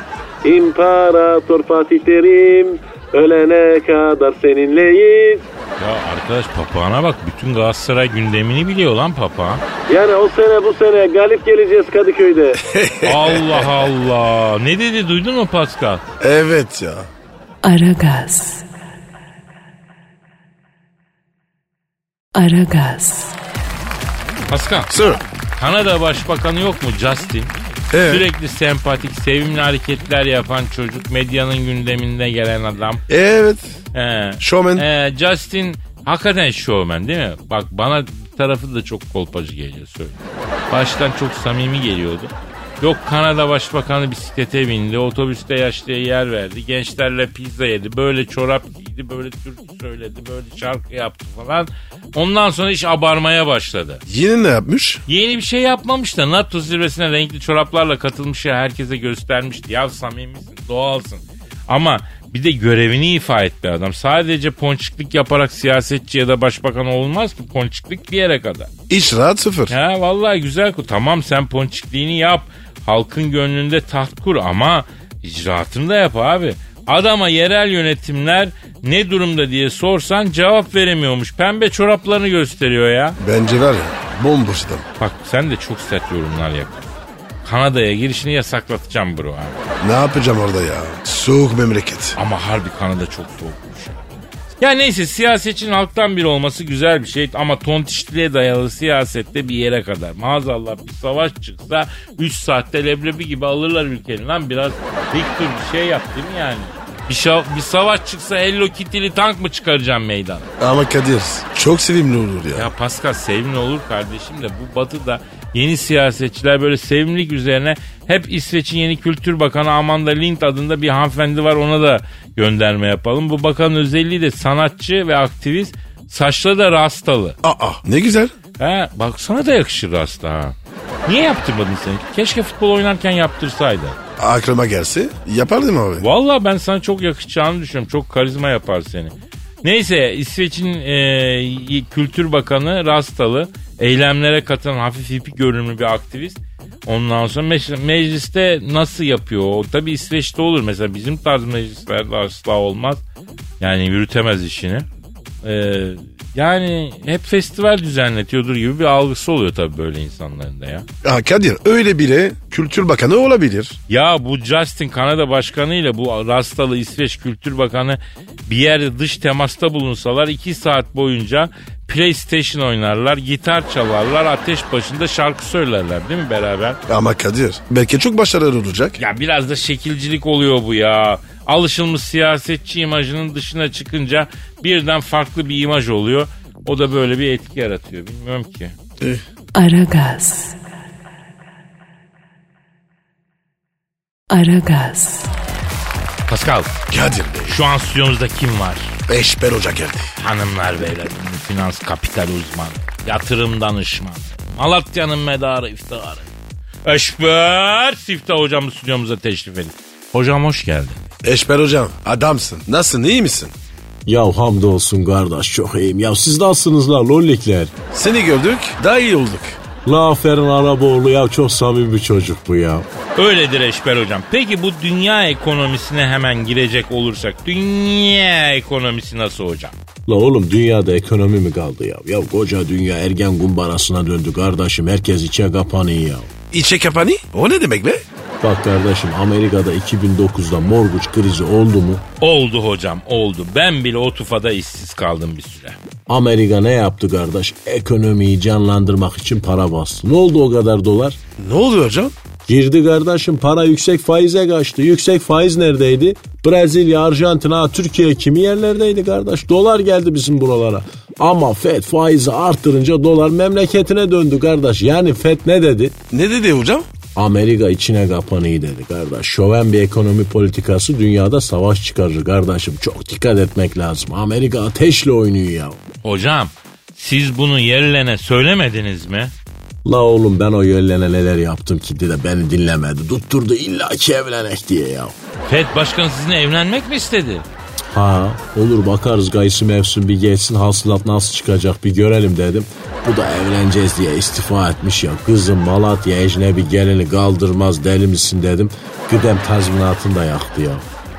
[SPEAKER 4] İmparator Fatih Terim. Ölene kadar seninleyiz.
[SPEAKER 2] Ya arkadaş papağana bak bütün Galatasaray gündemini biliyor lan papağan.
[SPEAKER 4] Yani o sene bu sene galip geleceğiz Kadıköy'de.
[SPEAKER 2] Allah Allah. Ne dedi duydun mu Pascal?
[SPEAKER 3] Evet ya.
[SPEAKER 1] Aragaz. Aragaz.
[SPEAKER 2] Pascal
[SPEAKER 3] Sir.
[SPEAKER 2] Kanada Başbakanı yok mu Justin?
[SPEAKER 3] Evet.
[SPEAKER 2] Sürekli sempatik, sevimli hareketler yapan çocuk, medyanın gündeminde gelen adam.
[SPEAKER 3] Evet.
[SPEAKER 2] Ee,
[SPEAKER 3] Showman.
[SPEAKER 2] ee, Justin hakikaten şovmen değil mi? Bak bana tarafı da çok kolpacı geliyor söyle. Baştan çok samimi geliyordu. Yok Kanada Başbakanı bisiklete bindi, otobüste yaşlıya yer verdi, gençlerle pizza yedi, böyle çorap giydi. gitti böyle türkü söyledi böyle şarkı yaptı falan. Ondan sonra iş abarmaya başladı.
[SPEAKER 3] Yine ne yapmış?
[SPEAKER 2] Yeni bir şey yapmamış da NATO zirvesine renkli çoraplarla katılmış ya herkese göstermişti. Ya samimisin doğalsın. Ama bir de görevini ifa et bir adam. Sadece ponçiklik yaparak siyasetçi ya da başbakan olmaz ki ponçiklik bir yere kadar.
[SPEAKER 3] İş rahat sıfır.
[SPEAKER 2] Ha vallahi güzel kur. Tamam sen ponçikliğini yap. Halkın gönlünde taht kur ama icraatını da yap abi. Adama yerel yönetimler ne durumda diye sorsan cevap veremiyormuş. Pembe çoraplarını gösteriyor ya.
[SPEAKER 3] Bence var ya bomboş adam.
[SPEAKER 2] Bak sen de çok sert yorumlar yapıyorsun. Kanada'ya girişini yasaklatacağım bro abi.
[SPEAKER 3] Ne yapacağım orada ya? Soğuk memleket.
[SPEAKER 2] Ama harbi Kanada çok soğukmuş ya. Ya neyse siyasetçinin halktan biri olması güzel bir şey ama tontişliğe dayalı siyasette bir yere kadar. Maazallah bir savaş çıksa 3 saatte leblebi gibi alırlar ülkenin lan biraz dik dur bir şey yap değil mi yani? Bir, şa- bir savaş çıksa Hello Kitty'li tank mı çıkaracağım meydana?
[SPEAKER 3] Ama Kadir çok sevimli olur ya.
[SPEAKER 2] Ya Pascal sevimli olur kardeşim de bu batıda yeni siyasetçiler böyle sevimlilik üzerine hep İsveç'in yeni kültür bakanı Amanda Lind adında bir hanımefendi var ona da gönderme yapalım. Bu bakanın özelliği de sanatçı ve aktivist saçla da rastalı.
[SPEAKER 3] Aa ne güzel.
[SPEAKER 2] He bak sana da yakışır rasta ha. Niye yaptırmadın sen? Keşke futbol oynarken yaptırsaydı.
[SPEAKER 3] Aklıma gelse yapardım abi.
[SPEAKER 2] Valla ben sana çok yakışacağını düşünüyorum. Çok karizma yapar seni. Neyse İsveç'in e, y- Kültür Bakanı Rastalı eylemlere katılan hafif hippie görünümlü bir aktivist. Ondan sonra meş- mecliste nasıl yapıyor? O tabii İsveç'te olur mesela bizim tarz meclislerde asla olmaz. Yani yürütemez işini. E, yani hep festival düzenletiyordur gibi bir algısı oluyor tabii böyle insanların da ya.
[SPEAKER 3] Aa, Kadir öyle bile kültür bakanı olabilir.
[SPEAKER 2] Ya bu Justin Kanada Başkanı ile bu Rastalı İsveç Kültür Bakanı bir yerde dış temasta bulunsalar 2 saat boyunca PlayStation oynarlar, gitar çalarlar, ateş başında şarkı söylerler değil mi beraber?
[SPEAKER 3] Ama Kadir belki çok başarılı olacak.
[SPEAKER 2] Ya biraz da şekilcilik oluyor bu ya. Alışılmış siyasetçi imajının dışına çıkınca birden farklı bir imaj oluyor. O da böyle bir etki yaratıyor. Bilmiyorum ki.
[SPEAKER 1] Aragaz. Aragaz.
[SPEAKER 2] Pascal,
[SPEAKER 3] Kadir Bey
[SPEAKER 2] şu an stüdyomuzda kim var?
[SPEAKER 3] Eşber Hoca geldi.
[SPEAKER 2] Hanımlar beyler ünlü finans kapital uzmanı, yatırım danışmanı, Malatya'nın medarı iftiharı. Eşber Siftah hocamı stüdyomuza teşrif edin. Hocam hoş geldin.
[SPEAKER 3] Eşber Hocam adamsın. Nasılsın iyi misin?
[SPEAKER 5] Ya hamdolsun kardeş çok iyiyim. Ya siz nasılsınız la lollikler?
[SPEAKER 3] Seni gördük daha iyi olduk.
[SPEAKER 5] La aferin Araboğlu ya çok samimi bir çocuk bu ya.
[SPEAKER 2] Öyledir Eşber hocam. Peki bu dünya ekonomisine hemen girecek olursak dünya ekonomisi nasıl hocam?
[SPEAKER 5] La oğlum dünyada ekonomi mi kaldı ya? Ya koca dünya ergen kumbarasına döndü kardeşim. Herkes içe kapanın ya.
[SPEAKER 3] İçe kapanı o ne demek be?
[SPEAKER 5] Bak kardeşim Amerika'da 2009'da morguç krizi oldu mu?
[SPEAKER 2] Oldu hocam oldu. Ben bile o tufada işsiz kaldım bir süre.
[SPEAKER 5] Amerika ne yaptı kardeş? Ekonomiyi canlandırmak için para bastı. Ne oldu o kadar dolar?
[SPEAKER 3] Ne oluyor hocam?
[SPEAKER 5] Girdi kardeşim para yüksek faize kaçtı. Yüksek faiz neredeydi? Brezilya, Arjantin, ha, Türkiye kimi yerlerdeydi kardeş? Dolar geldi bizim buralara. Ama FED faizi arttırınca dolar memleketine döndü kardeş. Yani FED ne dedi?
[SPEAKER 3] Ne dedi hocam?
[SPEAKER 5] Amerika içine kapanıyı dedi kardeş. Şoven bir ekonomi politikası dünyada savaş çıkarır kardeşim. Çok dikkat etmek lazım. Amerika ateşle oynuyor ya.
[SPEAKER 2] Hocam siz bunu yerlene söylemediniz mi?
[SPEAKER 5] La oğlum ben o yöllene neler yaptım ki de beni dinlemedi. Tutturdu illa ki evlenek diye ya.
[SPEAKER 2] FED başkanı sizinle evlenmek mi istedi?
[SPEAKER 5] Ha olur bakarız gayısı mevsim bir geçsin hasılat nasıl çıkacak bir görelim dedim. Bu da evleneceğiz diye istifa etmiş ya. Kızım Malatya ecnebi gelini kaldırmaz deli misin dedim. Güdem tazminatını da yaktı ya.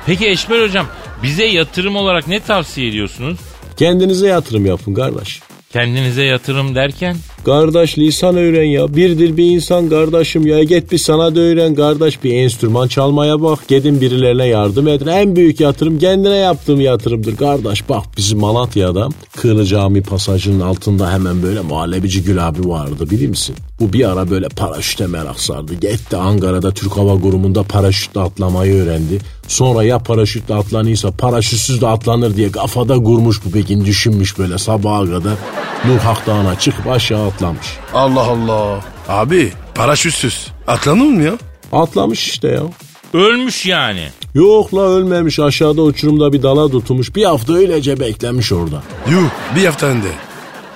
[SPEAKER 2] Peki Eşber hocam bize yatırım olarak ne tavsiye ediyorsunuz?
[SPEAKER 5] Kendinize yatırım yapın kardeş.
[SPEAKER 2] Kendinize yatırım derken?
[SPEAKER 5] Kardeş lisan öğren ya. Birdir bir insan kardeşim ya. Git bir sanat öğren kardeş. Bir enstrüman çalmaya bak. Gidin birilerine yardım edin. En büyük yatırım kendine yaptığım yatırımdır kardeş. Bak bizim Malatya'da Kığını Cami pasajının altında hemen böyle muhallebici Gül abi vardı bilir misin? Bu bir ara böyle paraşüte merak sardı. Gitti Ankara'da Türk Hava Kurumu'nda paraşütle atlamayı öğrendi. Sonra ya paraşütle atlanıyorsa paraşütsüz de atlanır diye kafada kurmuş bu Pekin düşünmüş böyle sabaha kadar. Nur Hak Dağı'na çıkıp aşağı atlamış.
[SPEAKER 3] Allah Allah. Abi paraşütsüz. Atlanır mı ya?
[SPEAKER 5] Atlamış işte ya.
[SPEAKER 2] Ölmüş yani.
[SPEAKER 5] Yok la ölmemiş aşağıda uçurumda bir dala tutmuş. Bir hafta öylece beklemiş orada.
[SPEAKER 3] Yuh bir hafta önde.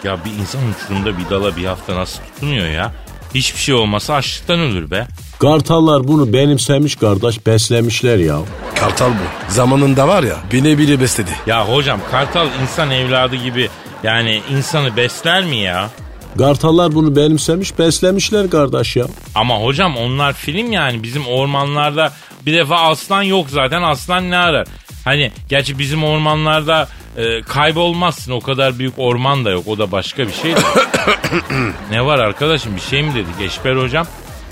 [SPEAKER 2] Ya bir insan uçurumda bir dala bir hafta nasıl tutunuyor ya? Hiçbir şey olmasa açlıktan ölür be.
[SPEAKER 5] Kartallar bunu benimsemiş kardeş beslemişler ya.
[SPEAKER 3] Kartal bu. Zamanında var ya bile bile besledi.
[SPEAKER 2] Ya hocam kartal insan evladı gibi yani insanı besler mi ya?
[SPEAKER 5] Kartallar bunu benimsemiş beslemişler kardeş ya.
[SPEAKER 2] Ama hocam onlar film yani bizim ormanlarda bir defa aslan yok zaten aslan ne arar? Hani gerçi bizim ormanlarda e, kaybolmazsın o kadar büyük orman da yok o da başka bir şey. de. ne var arkadaşım bir şey mi dedik Eşber hocam?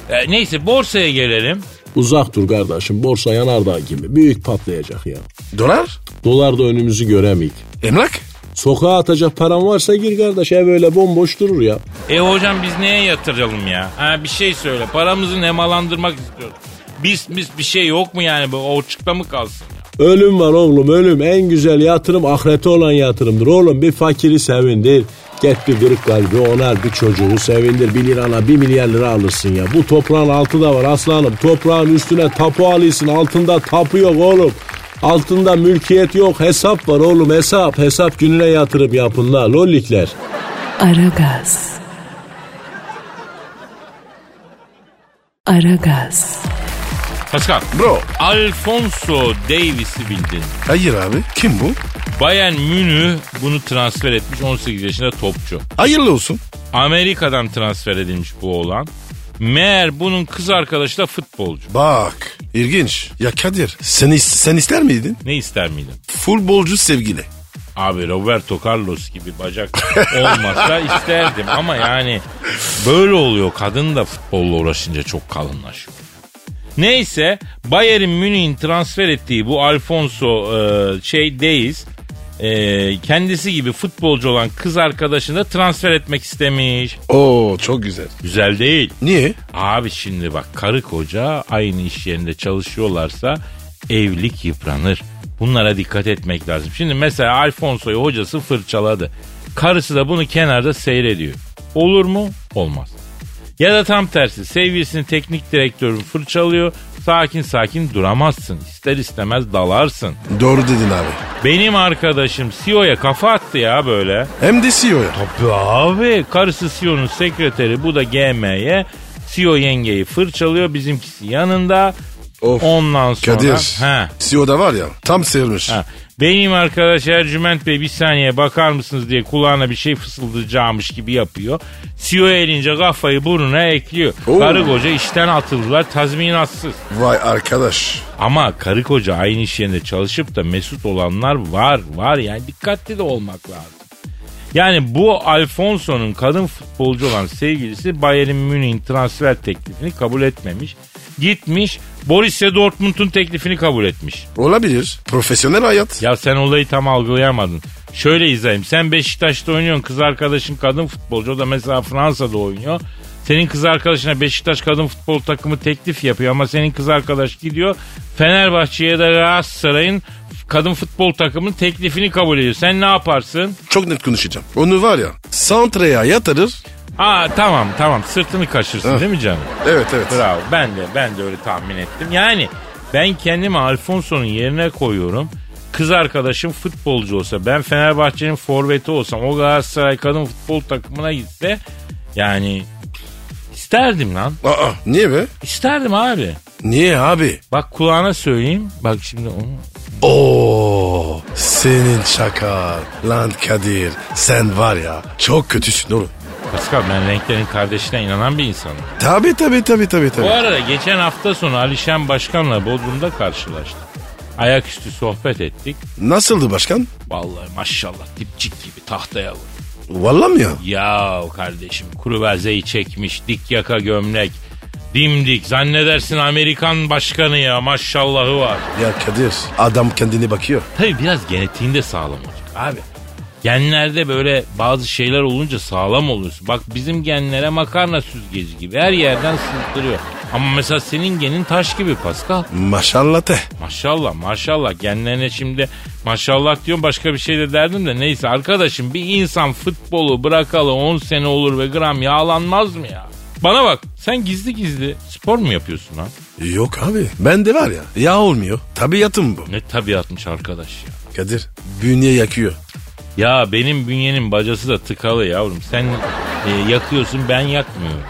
[SPEAKER 2] E, neyse borsaya gelelim.
[SPEAKER 5] Uzak dur kardeşim borsa yanardağ gibi büyük patlayacak ya.
[SPEAKER 3] Dolar?
[SPEAKER 5] Dolar da önümüzü göremeyik.
[SPEAKER 3] Emlak?
[SPEAKER 5] Sokağa atacak param varsa gir kardeş ev öyle bomboş durur ya.
[SPEAKER 2] E hocam biz neye yatıralım ya? Ha bir şey söyle. Paramızı nemalandırmak istiyoruz. Biz biz bir şey yok mu yani bu orçukta mı kalsın?
[SPEAKER 5] Ölüm var oğlum ölüm en güzel yatırım ahirete olan yatırımdır. Oğlum bir fakiri sevindir. Get bir kırık kalbi onar bir çocuğu sevindir. Bir lirana bir milyar lira alırsın ya. Bu toprağın altı da var aslanım. Toprağın üstüne tapu alırsın altında tapu yok oğlum. Altında mülkiyet yok hesap var oğlum hesap. Hesap gününe yatırım yapın la lollikler.
[SPEAKER 1] Aragaz. Aragaz.
[SPEAKER 2] Pascal.
[SPEAKER 3] Bro.
[SPEAKER 2] Alfonso Davis'i bildin.
[SPEAKER 3] Hayır abi. Kim bu?
[SPEAKER 2] Bayern Münih bunu transfer etmiş 18 yaşında topçu.
[SPEAKER 3] Hayırlı olsun.
[SPEAKER 2] Amerika'dan transfer edilmiş bu oğlan. Meğer bunun kız arkadaşı da futbolcu.
[SPEAKER 3] Bak. ilginç. Ya Kadir sen, is- sen ister miydin?
[SPEAKER 2] Ne ister miydin?
[SPEAKER 3] Futbolcu sevgili.
[SPEAKER 2] Abi Roberto Carlos gibi bacak olmasa isterdim ama yani böyle oluyor. Kadın da futbolla uğraşınca çok kalınlaşıyor. Neyse Bayern Münih'in transfer ettiği bu Alfonso e, şey Deis e, kendisi gibi futbolcu olan kız arkadaşını da transfer etmek istemiş.
[SPEAKER 3] Oo çok güzel.
[SPEAKER 2] Güzel değil.
[SPEAKER 3] Niye?
[SPEAKER 2] Abi şimdi bak karı koca aynı iş yerinde çalışıyorlarsa evlilik yıpranır. Bunlara dikkat etmek lazım. Şimdi mesela Alfonso'yu hocası fırçaladı. Karısı da bunu kenarda seyrediyor. Olur mu? Olmaz. Ya da tam tersi sevgilisini teknik direktörün fırçalıyor. Sakin sakin duramazsın. İster istemez dalarsın.
[SPEAKER 3] Doğru dedin abi.
[SPEAKER 2] Benim arkadaşım CEO'ya kafa attı ya böyle.
[SPEAKER 3] Hem de E CEO'ya.
[SPEAKER 2] Tabii abi. Karısı CEO'nun sekreteri bu da GM'ye. CEO yengeyi fırçalıyor bizimkisi yanında.
[SPEAKER 3] Of.
[SPEAKER 2] Ondan sonra.
[SPEAKER 3] Kadir.
[SPEAKER 2] Ha,
[SPEAKER 3] CEO'da var ya tam sıyırmış.
[SPEAKER 2] ha. Benim arkadaş Ercüment Bey bir saniye bakar mısınız diye kulağına bir şey fısıldayacakmış gibi yapıyor. CEO elince kafayı burnuna ekliyor.
[SPEAKER 3] Oo.
[SPEAKER 2] Karı koca işten atıldılar tazminatsız.
[SPEAKER 3] Vay arkadaş.
[SPEAKER 2] Ama karı koca aynı iş yerinde çalışıp da mesut olanlar var var yani dikkatli de olmak lazım. Yani bu Alfonso'nun kadın futbolcu olan sevgilisi Bayern Münih'in transfer teklifini kabul etmemiş. Gitmiş Borussia Dortmund'un teklifini kabul etmiş.
[SPEAKER 3] Olabilir. Profesyonel hayat.
[SPEAKER 2] Ya sen olayı tam algılayamadın. Şöyle izleyeyim. Sen Beşiktaş'ta oynuyorsun. Kız arkadaşın kadın futbolcu. O da mesela Fransa'da oynuyor. Senin kız arkadaşına Beşiktaş kadın futbol takımı teklif yapıyor ama senin kız arkadaş gidiyor Fenerbahçe'ye ya da Galatasaray'ın kadın futbol takımının teklifini kabul ediyor. Sen ne yaparsın?
[SPEAKER 3] Çok net konuşacağım. Onu var ya santraya yatırır.
[SPEAKER 2] Aa tamam tamam sırtını kaşırsın değil mi canım?
[SPEAKER 3] Evet evet.
[SPEAKER 2] Bravo. Ben de ben de öyle tahmin ettim. Yani ben kendimi Alfonso'nun yerine koyuyorum. Kız arkadaşım futbolcu olsa, ben Fenerbahçe'nin forveti olsam, o Galatasaray kadın futbol takımına gitse yani isterdim lan.
[SPEAKER 3] Aa niye be?
[SPEAKER 2] İsterdim abi.
[SPEAKER 3] Niye abi?
[SPEAKER 2] Bak kulağına söyleyeyim. Bak şimdi onu.
[SPEAKER 3] Oo senin şaka. Lan Kadir sen var ya çok kötüsün oğlum.
[SPEAKER 2] Pascal ben renklerin kardeşine inanan bir insanım.
[SPEAKER 3] Tabi tabi tabi tabi
[SPEAKER 2] Bu
[SPEAKER 3] tabi.
[SPEAKER 2] arada geçen hafta sonu Alişen Başkan'la Bodrum'da karşılaştık. Ayaküstü sohbet ettik.
[SPEAKER 3] Nasıldı başkan?
[SPEAKER 2] Vallahi maşallah dipçik gibi tahtaya vurdu.
[SPEAKER 3] Valla mı ya?
[SPEAKER 2] Ya kardeşim kuru verzeyi çekmiş dik yaka gömlek dimdik zannedersin Amerikan başkanı ya maşallahı var.
[SPEAKER 3] Ya Kadir adam kendine bakıyor.
[SPEAKER 2] Tabi biraz genetiğinde sağlam olacak abi. Genlerde böyle bazı şeyler olunca sağlam oluyorsun. Bak bizim genlere makarna süzgeci gibi her yerden sızdırıyor. Ama mesela senin genin taş gibi Pascal.
[SPEAKER 3] Maşallah te.
[SPEAKER 2] Maşallah maşallah genlerine şimdi maşallah diyorum başka bir şey de derdim de neyse arkadaşım bir insan futbolu bırakalı 10 sene olur ve gram yağlanmaz mı ya? Bana bak sen gizli gizli spor mu yapıyorsun lan?
[SPEAKER 3] Yok abi. Ben de var ya. Yağ olmuyor. Tabiatım bu.
[SPEAKER 2] Ne tabiatmış arkadaş ya.
[SPEAKER 3] Kadir. Bünye yakıyor.
[SPEAKER 2] Ya benim bünyenin bacası da tıkalı yavrum. Sen e, yakıyorsun ben yakmıyorum.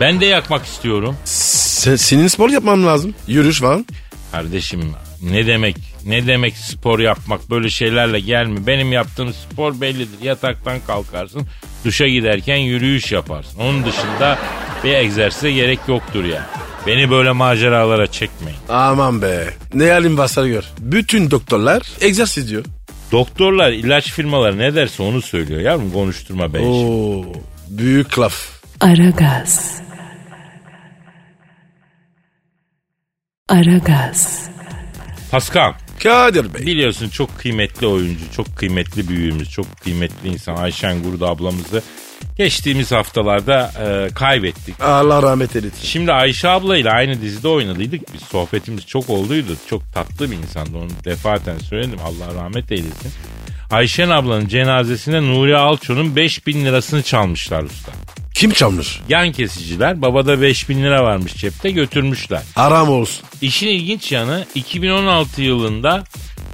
[SPEAKER 2] Ben de yakmak istiyorum.
[SPEAKER 3] Se- senin spor yapmam lazım. Yürüyüş falan.
[SPEAKER 2] Kardeşim ne demek ne demek spor yapmak böyle şeylerle gelme. Benim yaptığım spor bellidir. Yataktan kalkarsın, duşa giderken yürüyüş yaparsın. Onun dışında bir egzersize gerek yoktur ya. Beni böyle maceralara çekmeyin.
[SPEAKER 3] Aman be. Ne halin varsa gör. Bütün doktorlar egzersiz diyor.
[SPEAKER 2] Doktorlar, ilaç firmaları ne derse onu söylüyor yavrum konuşturma beni. şimdi.
[SPEAKER 3] Oo, büyük laf.
[SPEAKER 1] Aragaz. Aragaz.
[SPEAKER 2] Paskal
[SPEAKER 3] Kadir Bey.
[SPEAKER 2] biliyorsun çok kıymetli oyuncu, çok kıymetli büyüğümüz, çok kıymetli insan Ayşen Gurda ablamızı geçtiğimiz haftalarda e, kaybettik.
[SPEAKER 3] Allah rahmet eylesin.
[SPEAKER 2] Şimdi Ayşe abla ile aynı dizide oynadıydık biz. Sohbetimiz çok olduydu. Çok tatlı bir insandı. Onu defaten söyledim. Allah rahmet eylesin. Ayşen ablanın cenazesinde Nuri Alço'nun 5000 lirasını çalmışlar usta.
[SPEAKER 3] Kim çalmış?
[SPEAKER 2] Yan kesiciler babada 5000 lira varmış cepte götürmüşler.
[SPEAKER 3] Aram olsun.
[SPEAKER 2] İşin ilginç yanı 2016 yılında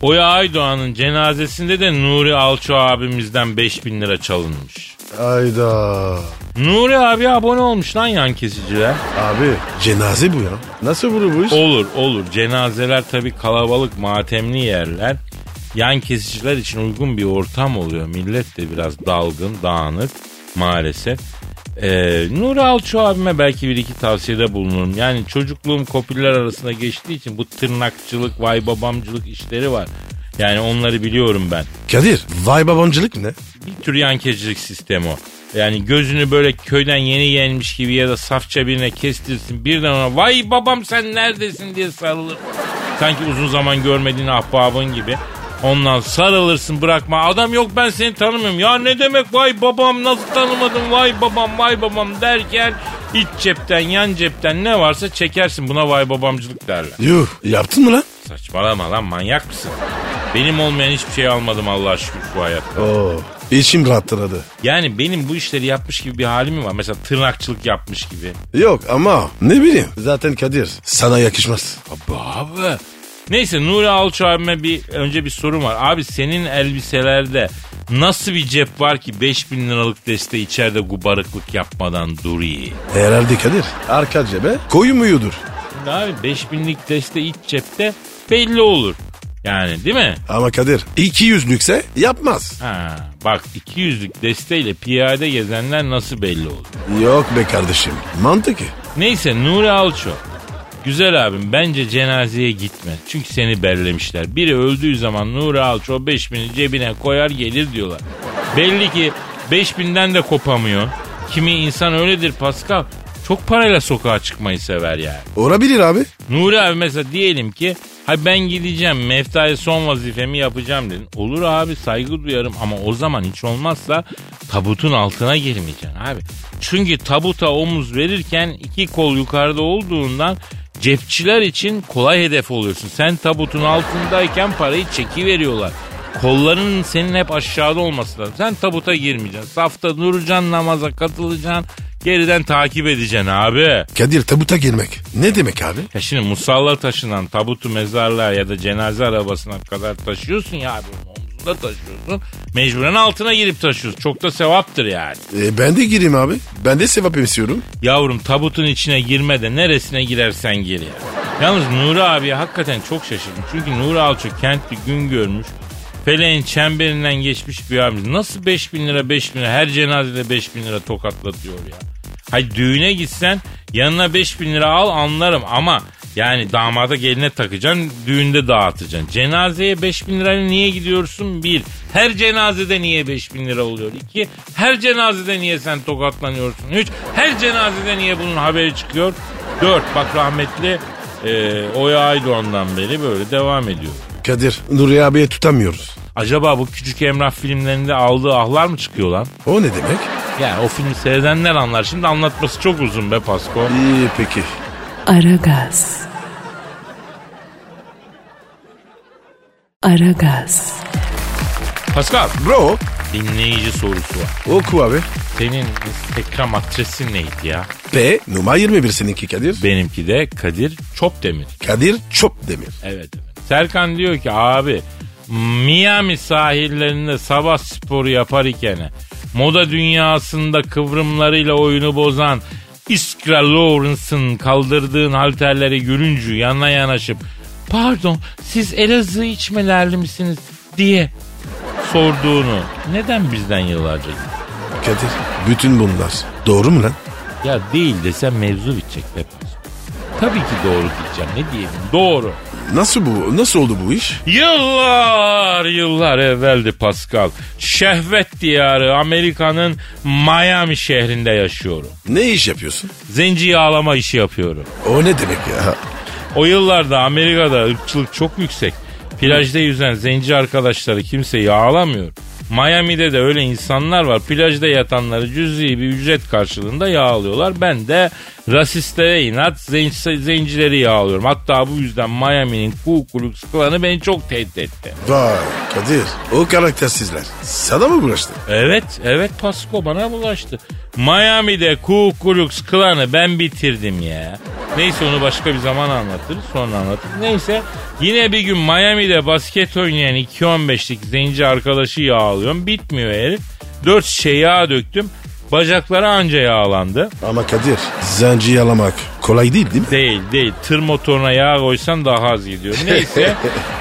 [SPEAKER 2] Oya Aydoğan'ın cenazesinde de Nuri Alço abimizden 5000 lira çalınmış.
[SPEAKER 3] Ayda.
[SPEAKER 2] Nuri abi abone olmuş lan yan kesiciler.
[SPEAKER 3] Abi cenaze bu ya. Nasıl vurur bu iş?
[SPEAKER 2] Olur olur. Cenazeler tabii kalabalık matemli yerler. Yan kesiciler için uygun bir ortam oluyor. Millet de biraz dalgın, dağınık maalesef. Ee, Nuri Alço abime belki bir iki tavsiyede bulunurum. Yani çocukluğum kopiller arasında geçtiği için bu tırnakçılık, vay babamcılık işleri var. Yani onları biliyorum ben.
[SPEAKER 3] Kadir vay babamcılık ne?
[SPEAKER 2] Bir tür yan kesicilik sistemi o. Yani gözünü böyle köyden yeni yenmiş gibi ya da safça birine kestirsin. Birden ona vay babam sen neredesin diye sarılır. Sanki uzun zaman görmediğin ahbabın gibi. Ondan sarılırsın bırakma. Adam yok ben seni tanımıyorum. Ya ne demek vay babam nasıl tanımadım vay babam vay babam derken iç cepten yan cepten ne varsa çekersin. Buna vay babamcılık derler.
[SPEAKER 3] Yuh yaptın mı lan?
[SPEAKER 2] Saçmalama lan manyak mısın? Benim olmayan hiçbir şey almadım Allah şükür bu hayatta.
[SPEAKER 3] Oo. İçim rahatladı.
[SPEAKER 2] Yani benim bu işleri yapmış gibi bir halim mi var? Mesela tırnakçılık yapmış gibi.
[SPEAKER 3] Yok ama ne bileyim. Zaten Kadir sana yakışmaz.
[SPEAKER 2] Abi. Neyse Nuri Alço abime bir, önce bir sorum var. Abi senin elbiselerde nasıl bir cep var ki 5000 liralık deste içeride gubarıklık yapmadan duruyor?
[SPEAKER 3] Herhalde Kadir arka cebe koyu muyudur?
[SPEAKER 2] Şimdi abi 5000'lik deste iç cepte belli olur. Yani değil mi?
[SPEAKER 3] Ama Kadir 200'lükse yapmaz.
[SPEAKER 2] Ha, bak 200'lük desteyle piyade gezenler nasıl belli olur?
[SPEAKER 3] Yok be kardeşim mantıklı.
[SPEAKER 2] Neyse Nuri Alço. Güzel abim bence cenazeye gitme. Çünkü seni bellemişler. Biri öldüğü zaman Nuri Alço 5000'i cebine koyar gelir diyorlar. Belli ki 5000'den de kopamıyor. Kimi insan öyledir Pascal. Çok parayla sokağa çıkmayı sever yani.
[SPEAKER 3] Olabilir abi.
[SPEAKER 2] Nuri abi mesela diyelim ki hay ben gideceğim meftaya son vazifemi yapacağım dedin. Olur abi saygı duyarım ama o zaman hiç olmazsa tabutun altına girmeyeceksin abi. Çünkü tabuta omuz verirken iki kol yukarıda olduğundan cepçiler için kolay hedef oluyorsun. Sen tabutun altındayken parayı çekiveriyorlar. Kolların senin hep aşağıda olması lazım. Sen tabuta girmeyeceksin. Safta duracaksın, namaza katılacaksın. Geriden takip edeceksin abi.
[SPEAKER 3] Kadir tabuta girmek ne demek abi?
[SPEAKER 2] Ya şimdi musalla taşınan tabutu mezarlığa ya da cenaze arabasına kadar taşıyorsun ya abi. Omzunda taşıyorsun. Mecburen altına girip taşıyorsun. Çok da sevaptır yani.
[SPEAKER 3] E, ben de gireyim abi. Ben de sevap istiyorum.
[SPEAKER 2] Yavrum tabutun içine girme de neresine girersen gir ya. Yalnız Nuri abiye hakikaten çok şaşırdım. Çünkü Nuri Alço kentli gün görmüş. Feleğin çemberinden geçmiş bir abimiz. Nasıl 5000 lira 5000 lira her cenazede 5000 lira tokatlatıyor ya. Hay düğüne gitsen yanına 5000 lira al anlarım ama yani damada geline takacaksın düğünde dağıtacaksın. Cenazeye 5000 lirayla niye gidiyorsun? Bir, her cenazede niye 5000 lira oluyor? İki, her cenazede niye sen tokatlanıyorsun? Üç, her cenazede niye bunun haberi çıkıyor? Dört, bak rahmetli e, Oya Aydoğan'dan beri böyle devam ediyor.
[SPEAKER 3] Kadir Nuri abiye tutamıyoruz.
[SPEAKER 2] Acaba bu küçük Emrah filmlerinde aldığı ahlar mı çıkıyor lan?
[SPEAKER 3] O ne demek?
[SPEAKER 2] Yani o filmi seyredenler anlar. Şimdi anlatması çok uzun be Pasko.
[SPEAKER 3] İyi peki.
[SPEAKER 1] Aragaz. Aragaz.
[SPEAKER 2] Pascal
[SPEAKER 3] Bro
[SPEAKER 2] Dinleyici sorusu var.
[SPEAKER 3] Oku abi.
[SPEAKER 2] Senin Instagram adresin neydi ya?
[SPEAKER 3] P numara 21 seninki Kadir.
[SPEAKER 2] Benimki de Kadir Çopdemir.
[SPEAKER 3] Kadir Çop Demir.
[SPEAKER 2] Evet. Serkan diyor ki abi Miami sahillerinde sabah sporu yapar iken moda dünyasında kıvrımlarıyla oyunu bozan Iskra Lawrence'ın kaldırdığın halterleri görünce yana yanaşıp pardon siz Elazığ içmelerli misiniz diye sorduğunu neden bizden yıllarca
[SPEAKER 3] Kadir bütün bunlar doğru mu lan?
[SPEAKER 2] ya değil desem mevzu bitecek be. Tabii ki doğru diyeceğim ne diyelim doğru.
[SPEAKER 3] Nasıl bu? Nasıl oldu bu iş?
[SPEAKER 2] Yıllar yıllar evveldi Pascal. Şehvet diyarı Amerika'nın Miami şehrinde yaşıyorum.
[SPEAKER 3] Ne iş yapıyorsun?
[SPEAKER 2] Zenci yağlama işi yapıyorum.
[SPEAKER 3] O ne demek ya?
[SPEAKER 2] O yıllarda Amerika'da ırkçılık çok yüksek. Plajda yüzen zenci arkadaşları kimse yağlamıyor. Miami'de de öyle insanlar var. Plajda yatanları cüzi bir ücret karşılığında yağlıyorlar. Ben de rasistlere inat zenci, zencileri yağlıyorum. Hatta bu yüzden Miami'nin Ku Klux Klanı beni çok tehdit etti.
[SPEAKER 3] Vay Kadir o karaktersizler. Sana mı bulaştı?
[SPEAKER 2] Evet, evet Pasko bana bulaştı. Miami'de Ku Klux Klan'ı ben bitirdim ya. Neyse onu başka bir zaman anlatırız, sonra anlatırız. Neyse yine bir gün Miami'de basket oynayan 2-15'lik zenci arkadaşı yağlıyorum. Bitmiyor herif. 4 şişe yağ döktüm. Bacakları anca yağlandı.
[SPEAKER 3] Ama Kadir zenci yalamak kolay değil değil mi?
[SPEAKER 2] Değil değil. Tır motoruna yağ koysan daha az gidiyor. Neyse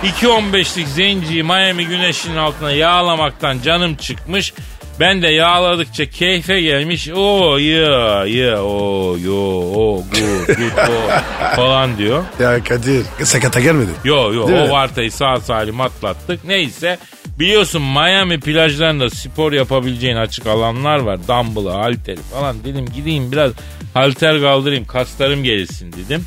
[SPEAKER 2] 2.15'lik zenciyi Miami güneşinin altına yağlamaktan canım çıkmış. Ben de yağladıkça keyfe gelmiş. O ya ya o oh, yo o good good o falan diyor.
[SPEAKER 3] Ya Kadir sakata gelmedin.
[SPEAKER 2] Yo yo
[SPEAKER 3] Değil
[SPEAKER 2] o
[SPEAKER 3] mi?
[SPEAKER 2] vartayı sağ salim atlattık. Neyse biliyorsun Miami plajlarında spor yapabileceğin açık alanlar var. Dumbbell'ı, halteri falan. Dedim gideyim biraz halter kaldırayım kaslarım gelişsin dedim.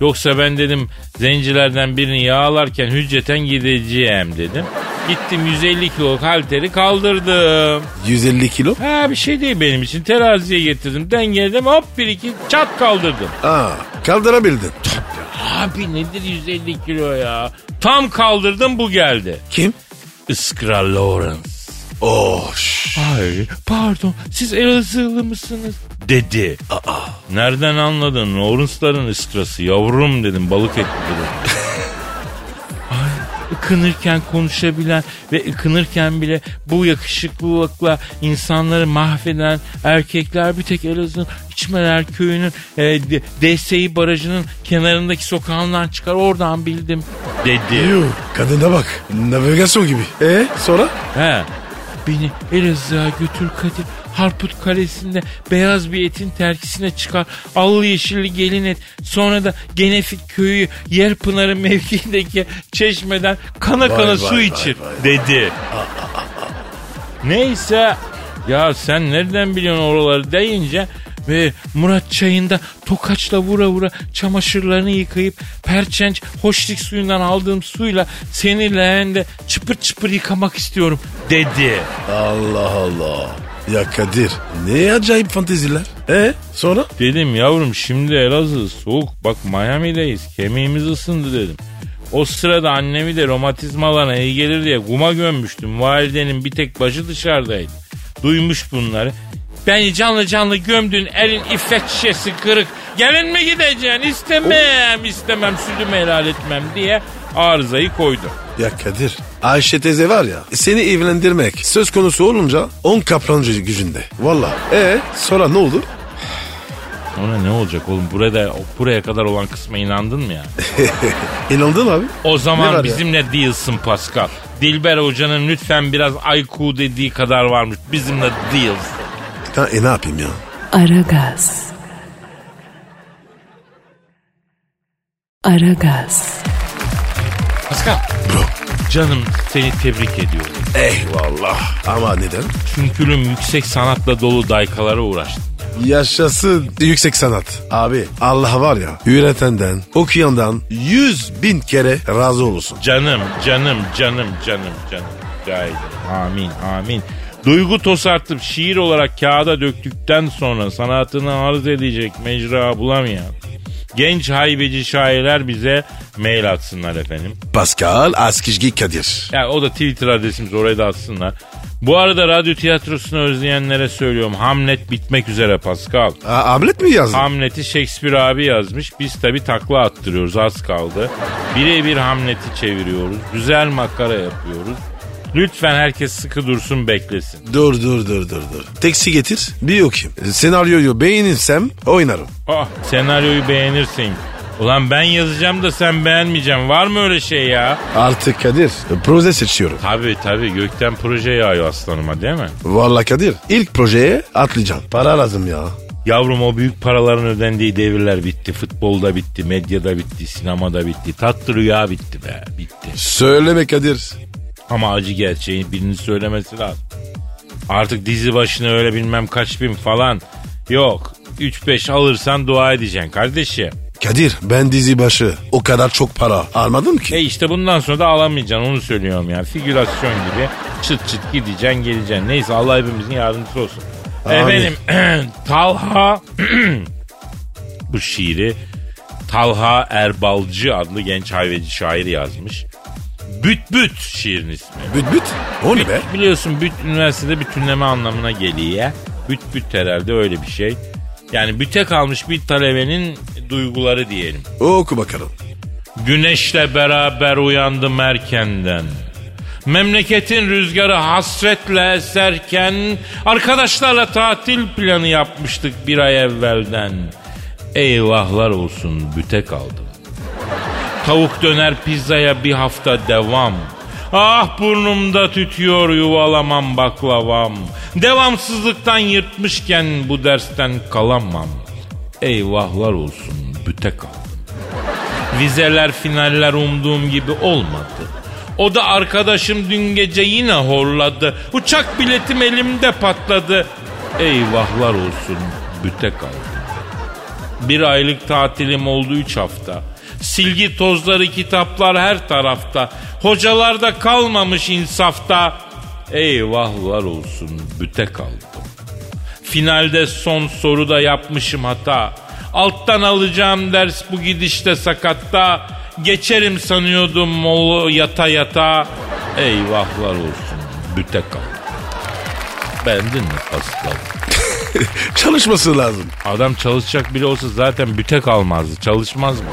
[SPEAKER 2] Yoksa ben dedim zencilerden birini yağlarken hücceten gideceğim dedim. Gittim 150 kiloluk halteri kaldırdım.
[SPEAKER 3] 150 kilo?
[SPEAKER 2] Ha bir şey değil benim için teraziye getirdim dengeledim hop bir iki çat kaldırdım.
[SPEAKER 3] Aa kaldırabildin.
[SPEAKER 2] Abi nedir 150 kilo ya? Tam kaldırdım bu geldi.
[SPEAKER 3] Kim?
[SPEAKER 2] Iskra Lawrence.
[SPEAKER 3] Oh şş.
[SPEAKER 2] Ay pardon siz Elazığlı mısınız? Dedi. Aa. Nereden anladın? Lawrence'ların ıskrası yavrum dedim balık etli dedim. Ay, ıkınırken konuşabilen ve ıkınırken bile bu yakışıklılıkla insanları mahveden erkekler bir tek Elazığ'ın İçmeler köyünün e, de- DSI barajının kenarındaki sokağından çıkar oradan bildim dedi.
[SPEAKER 3] Yuh, kadına bak. Navigasyon gibi. E sonra?
[SPEAKER 2] He. Beni Elazığ'a götür Kadir. Harput Kalesi'nde beyaz bir etin terkisine çıkar. Allı yeşilli gelin et. Sonra da Genefik köyü Yerpınar'ın mevkiindeki çeşmeden kana kana
[SPEAKER 3] vay,
[SPEAKER 2] su
[SPEAKER 3] vay,
[SPEAKER 2] içir dedi. Neyse ya sen nereden biliyorsun oraları deyince ve Murat çayında tokaçla vura vura çamaşırlarını yıkayıp perçenç hoşlik suyundan aldığım suyla seni leğende çıpır çıpır yıkamak istiyorum dedi.
[SPEAKER 3] Allah Allah. Ya Kadir ne acayip fanteziler. E sonra?
[SPEAKER 2] Dedim yavrum şimdi Elazığ soğuk bak Miami'deyiz kemiğimiz ısındı dedim. O sırada annemi de romatizmalarına iyi gelir diye guma gömmüştüm. Validenin bir tek başı dışarıdaydı. Duymuş bunları. Beni canlı canlı gömdün elin iffet şişesi kırık. Gelin mi gideceksin istemem istemem sütümü helal etmem diye arızayı koydum.
[SPEAKER 3] Ya Kadir Ayşe teyze var ya seni evlendirmek söz konusu olunca 10 kaplancı gücünde. Valla. E sonra ne oldu?
[SPEAKER 2] Ona ne olacak oğlum burada buraya kadar olan kısma inandın mı ya?
[SPEAKER 3] İnandın abi.
[SPEAKER 2] O
[SPEAKER 3] Ne var
[SPEAKER 2] zaman
[SPEAKER 3] ya?
[SPEAKER 2] bizimle değilsin Pascal. Dilber Hoca'nın lütfen biraz IQ dediği kadar varmış. Bizimle değilsin.
[SPEAKER 3] Ha, e ne yapayım ya?
[SPEAKER 1] Aragaz. Aragaz.
[SPEAKER 2] Pascal
[SPEAKER 3] Bro.
[SPEAKER 2] canım seni tebrik ediyorum.
[SPEAKER 3] Eyvallah. Ama neden?
[SPEAKER 2] Çünkülüm yüksek sanatla dolu daykalara uğraştı.
[SPEAKER 3] Yaşasın yüksek sanat. Abi Allah var ya üretenden, okuyandan yüz bin kere razı olursun.
[SPEAKER 2] Canım canım canım canım canım. Gayet. Amin amin. Duygu tosartıp şiir olarak kağıda döktükten sonra sanatını arz edecek mecra bulamayan genç haybeci şairler bize Mail atsınlar efendim.
[SPEAKER 3] Pascal Askizgi Kadir.
[SPEAKER 2] Ya o da Twitter adresimiz oraya da atsınlar. Bu arada radyo tiyatrosunu özleyenlere söylüyorum. Hamlet bitmek üzere Pascal.
[SPEAKER 3] A- Hamlet mi yazdın?
[SPEAKER 2] Hamlet'i Shakespeare abi yazmış. Biz tabi takla attırıyoruz az kaldı. Birebir Hamlet'i çeviriyoruz. Güzel makara yapıyoruz. Lütfen herkes sıkı dursun beklesin.
[SPEAKER 3] dur dur dur dur dur. Teksi getir bir okuyayım. Senaryoyu beğenirsem oynarım.
[SPEAKER 2] Ah senaryoyu beğenirsin. Ulan ben yazacağım da sen beğenmeyeceksin. Var mı öyle şey ya?
[SPEAKER 3] Artık Kadir proje seçiyorum.
[SPEAKER 2] Tabi tabi gökten proje yağıyor aslanıma değil mi?
[SPEAKER 3] Vallahi Kadir ilk projeye atlayacağım. Para lazım ya.
[SPEAKER 2] Yavrum o büyük paraların ödendiği devirler bitti. Futbolda bitti, medyada bitti, sinemada bitti. Tatlı rüya bitti be, bitti.
[SPEAKER 3] Söyleme Kadir.
[SPEAKER 2] Ama acı gerçeği birinin söylemesi lazım. Artık dizi başına öyle bilmem kaç bin falan. Yok, 3-5 alırsan dua edeceksin kardeşim.
[SPEAKER 3] Kadir ben dizi başı o kadar çok para almadım ki.
[SPEAKER 2] E işte bundan sonra da alamayacaksın onu söylüyorum ya. Figürasyon gibi çıt çıt gideceksin geleceksin. Neyse Allah hepimizin yardımcısı olsun.
[SPEAKER 3] Amin.
[SPEAKER 2] Efendim Talha bu şiiri Talha Erbalcı adlı genç hayveci şair yazmış. Büt Büt şiirin ismi.
[SPEAKER 3] Büt büt. O ne be?
[SPEAKER 2] Biliyorsun büt üniversitede bütünleme anlamına geliyor. Büt büt herhalde öyle bir şey. Yani büte kalmış bir talebenin duyguları diyelim.
[SPEAKER 3] Oku bakalım.
[SPEAKER 2] Güneşle beraber uyandım erkenden. Memleketin rüzgarı hasretle eserken arkadaşlarla tatil planı yapmıştık bir ay evvelden. Eyvahlar olsun büte kaldım. Tavuk döner pizzaya bir hafta devam. Ah burnumda tütüyor yuvalamam baklavam. Devamsızlıktan yırtmışken bu dersten kalamam. Eyvahlar olsun büte kaldım. Vizeler, finaller umduğum gibi olmadı. O da arkadaşım dün gece yine horladı. Uçak biletim elimde patladı. Eyvahlar olsun büte kaldım. Bir aylık tatilim oldu üç hafta. Silgi tozları kitaplar her tarafta. Hocalar da kalmamış insafta. Eyvahlar olsun büte kaldım. Finalde son soruda yapmışım hata. Alttan alacağım ders bu gidişte sakatta. Geçerim sanıyordum molu yata yata. Eyvahlar olsun büte kaldım. Beğendin mi Pascal?
[SPEAKER 3] Çalışması lazım.
[SPEAKER 2] Adam çalışacak bile olsa zaten büte kalmazdı. Çalışmaz mı?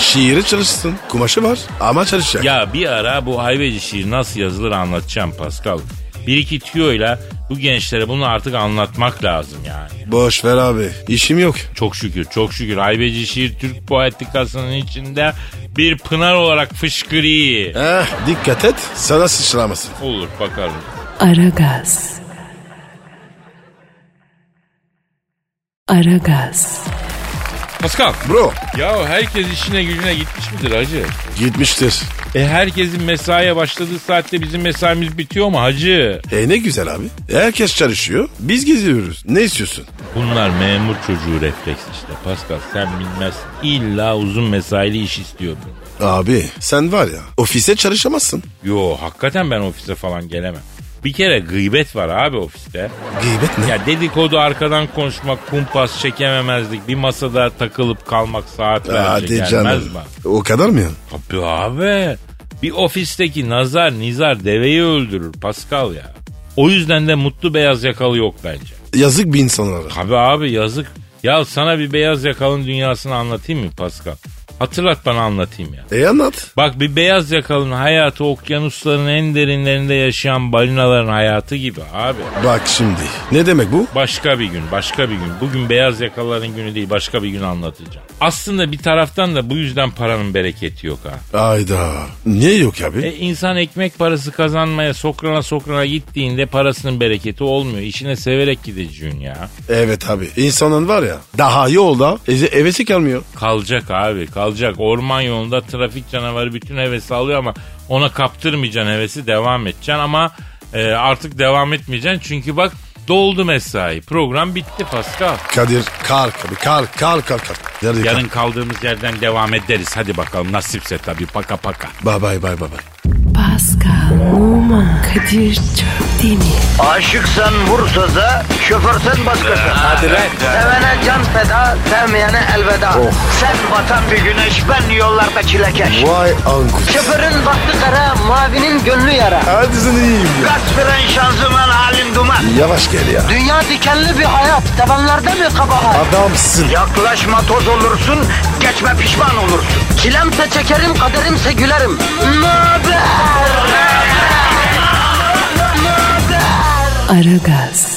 [SPEAKER 3] Şiiri çalışsın. Kumaşı var ama çalışacak.
[SPEAKER 2] Ya bir ara bu hayveci şiir nasıl yazılır anlatacağım Pascal. Bir iki tüyoyla bu gençlere bunu artık anlatmak lazım yani.
[SPEAKER 3] Boş ver abi. İşim yok.
[SPEAKER 2] Çok şükür, çok şükür. Haybeci şiir Türk poetikasının içinde bir pınar olarak fışkırıyor.
[SPEAKER 3] Eh, dikkat et sana sıçramasın.
[SPEAKER 2] Olur bakalım.
[SPEAKER 1] Aragaz. Aragaz.
[SPEAKER 2] Pascal.
[SPEAKER 3] Bro
[SPEAKER 2] Ya herkes işine gücüne gitmiş midir hacı?
[SPEAKER 3] gitmiştir.
[SPEAKER 2] E herkesin mesaiye başladığı saatte bizim mesaimiz bitiyor mu hacı?
[SPEAKER 3] E ne güzel abi. Herkes çalışıyor. Biz geziyoruz. Ne istiyorsun?
[SPEAKER 2] Bunlar memur çocuğu refleks işte Pascal sen bilmezsin. İlla uzun mesaili iş istiyor bu.
[SPEAKER 3] Abi sen var ya ofise çalışamazsın.
[SPEAKER 2] Yo hakikaten ben ofise falan gelemem. Bir kere gıybet var abi ofiste.
[SPEAKER 3] Gıybet ne?
[SPEAKER 2] Ya dedikodu arkadan konuşmak, kumpas çekememezlik, bir masada takılıp kalmak saatlerce
[SPEAKER 3] Hadi
[SPEAKER 2] gelmez
[SPEAKER 3] canım.
[SPEAKER 2] mi?
[SPEAKER 3] O kadar mı ya?
[SPEAKER 2] Tabii abi. Bir ofisteki nazar nizar deveyi öldürür Pascal ya. O yüzden de mutlu beyaz yakalı yok bence.
[SPEAKER 3] Yazık bir insanlara.
[SPEAKER 2] Tabii abi yazık. Ya sana bir beyaz yakalının dünyasını anlatayım mı Pascal? Hatırlat bana anlatayım ya.
[SPEAKER 3] E anlat.
[SPEAKER 2] Bak bir beyaz yakalının hayatı okyanusların en derinlerinde yaşayan balinaların hayatı gibi abi.
[SPEAKER 3] Bak şimdi. Ne demek bu?
[SPEAKER 2] Başka bir gün, başka bir gün. Bugün beyaz yakaların günü değil, başka bir gün anlatacağım. Aslında bir taraftan da bu yüzden paranın bereketi yok ha.
[SPEAKER 3] Ayda. Niye yok abi?
[SPEAKER 2] E insan ekmek parası kazanmaya sokrana sokrana gittiğinde parasının bereketi olmuyor. İşine severek gideceksin ya.
[SPEAKER 3] Evet abi. İnsanın var ya daha yolda eve, evesi kalmıyor.
[SPEAKER 2] Kalacak abi, kalacak. Orman yolunda trafik canavarı bütün hevesi alıyor ama ona kaptırmayacaksın hevesi, devam edeceksin ama e, artık devam etmeyeceksin. Çünkü bak doldu mesai. Program bitti Pascal.
[SPEAKER 3] Kadir kalk abi kalk kalk kalk. kalk. Nerede
[SPEAKER 2] Yarın
[SPEAKER 3] kalk?
[SPEAKER 2] kaldığımız yerden devam ederiz. Hadi bakalım nasipse tabii paka paka.
[SPEAKER 3] Bay bay bay bay. bay.
[SPEAKER 1] Pascal, Oman Kadir çok değil mi?
[SPEAKER 6] Aşıksan vursa da şoförsen başkasın. Hadi
[SPEAKER 3] lan.
[SPEAKER 6] Sevene can feda, sevmeyene elveda. Sen batan bir güneş, ben yollarda
[SPEAKER 3] Oh.
[SPEAKER 6] çilekeş.
[SPEAKER 7] Vay anku.
[SPEAKER 6] Şoförün baktı kara, mavinin gönlü yara.
[SPEAKER 7] Hadi sen iyiyim ya.
[SPEAKER 6] Kasperen şanzıman halin duman.
[SPEAKER 7] Yavaş gel ya.
[SPEAKER 6] Dünya dikenli bir hayat, sevenlerde mi kabahar?
[SPEAKER 7] Adamsın.
[SPEAKER 6] Yaklaşma toz olursun, geçme pişman olursun. Çilemse çekerim, kaderimse gülerim. Möber!
[SPEAKER 1] Aragaz.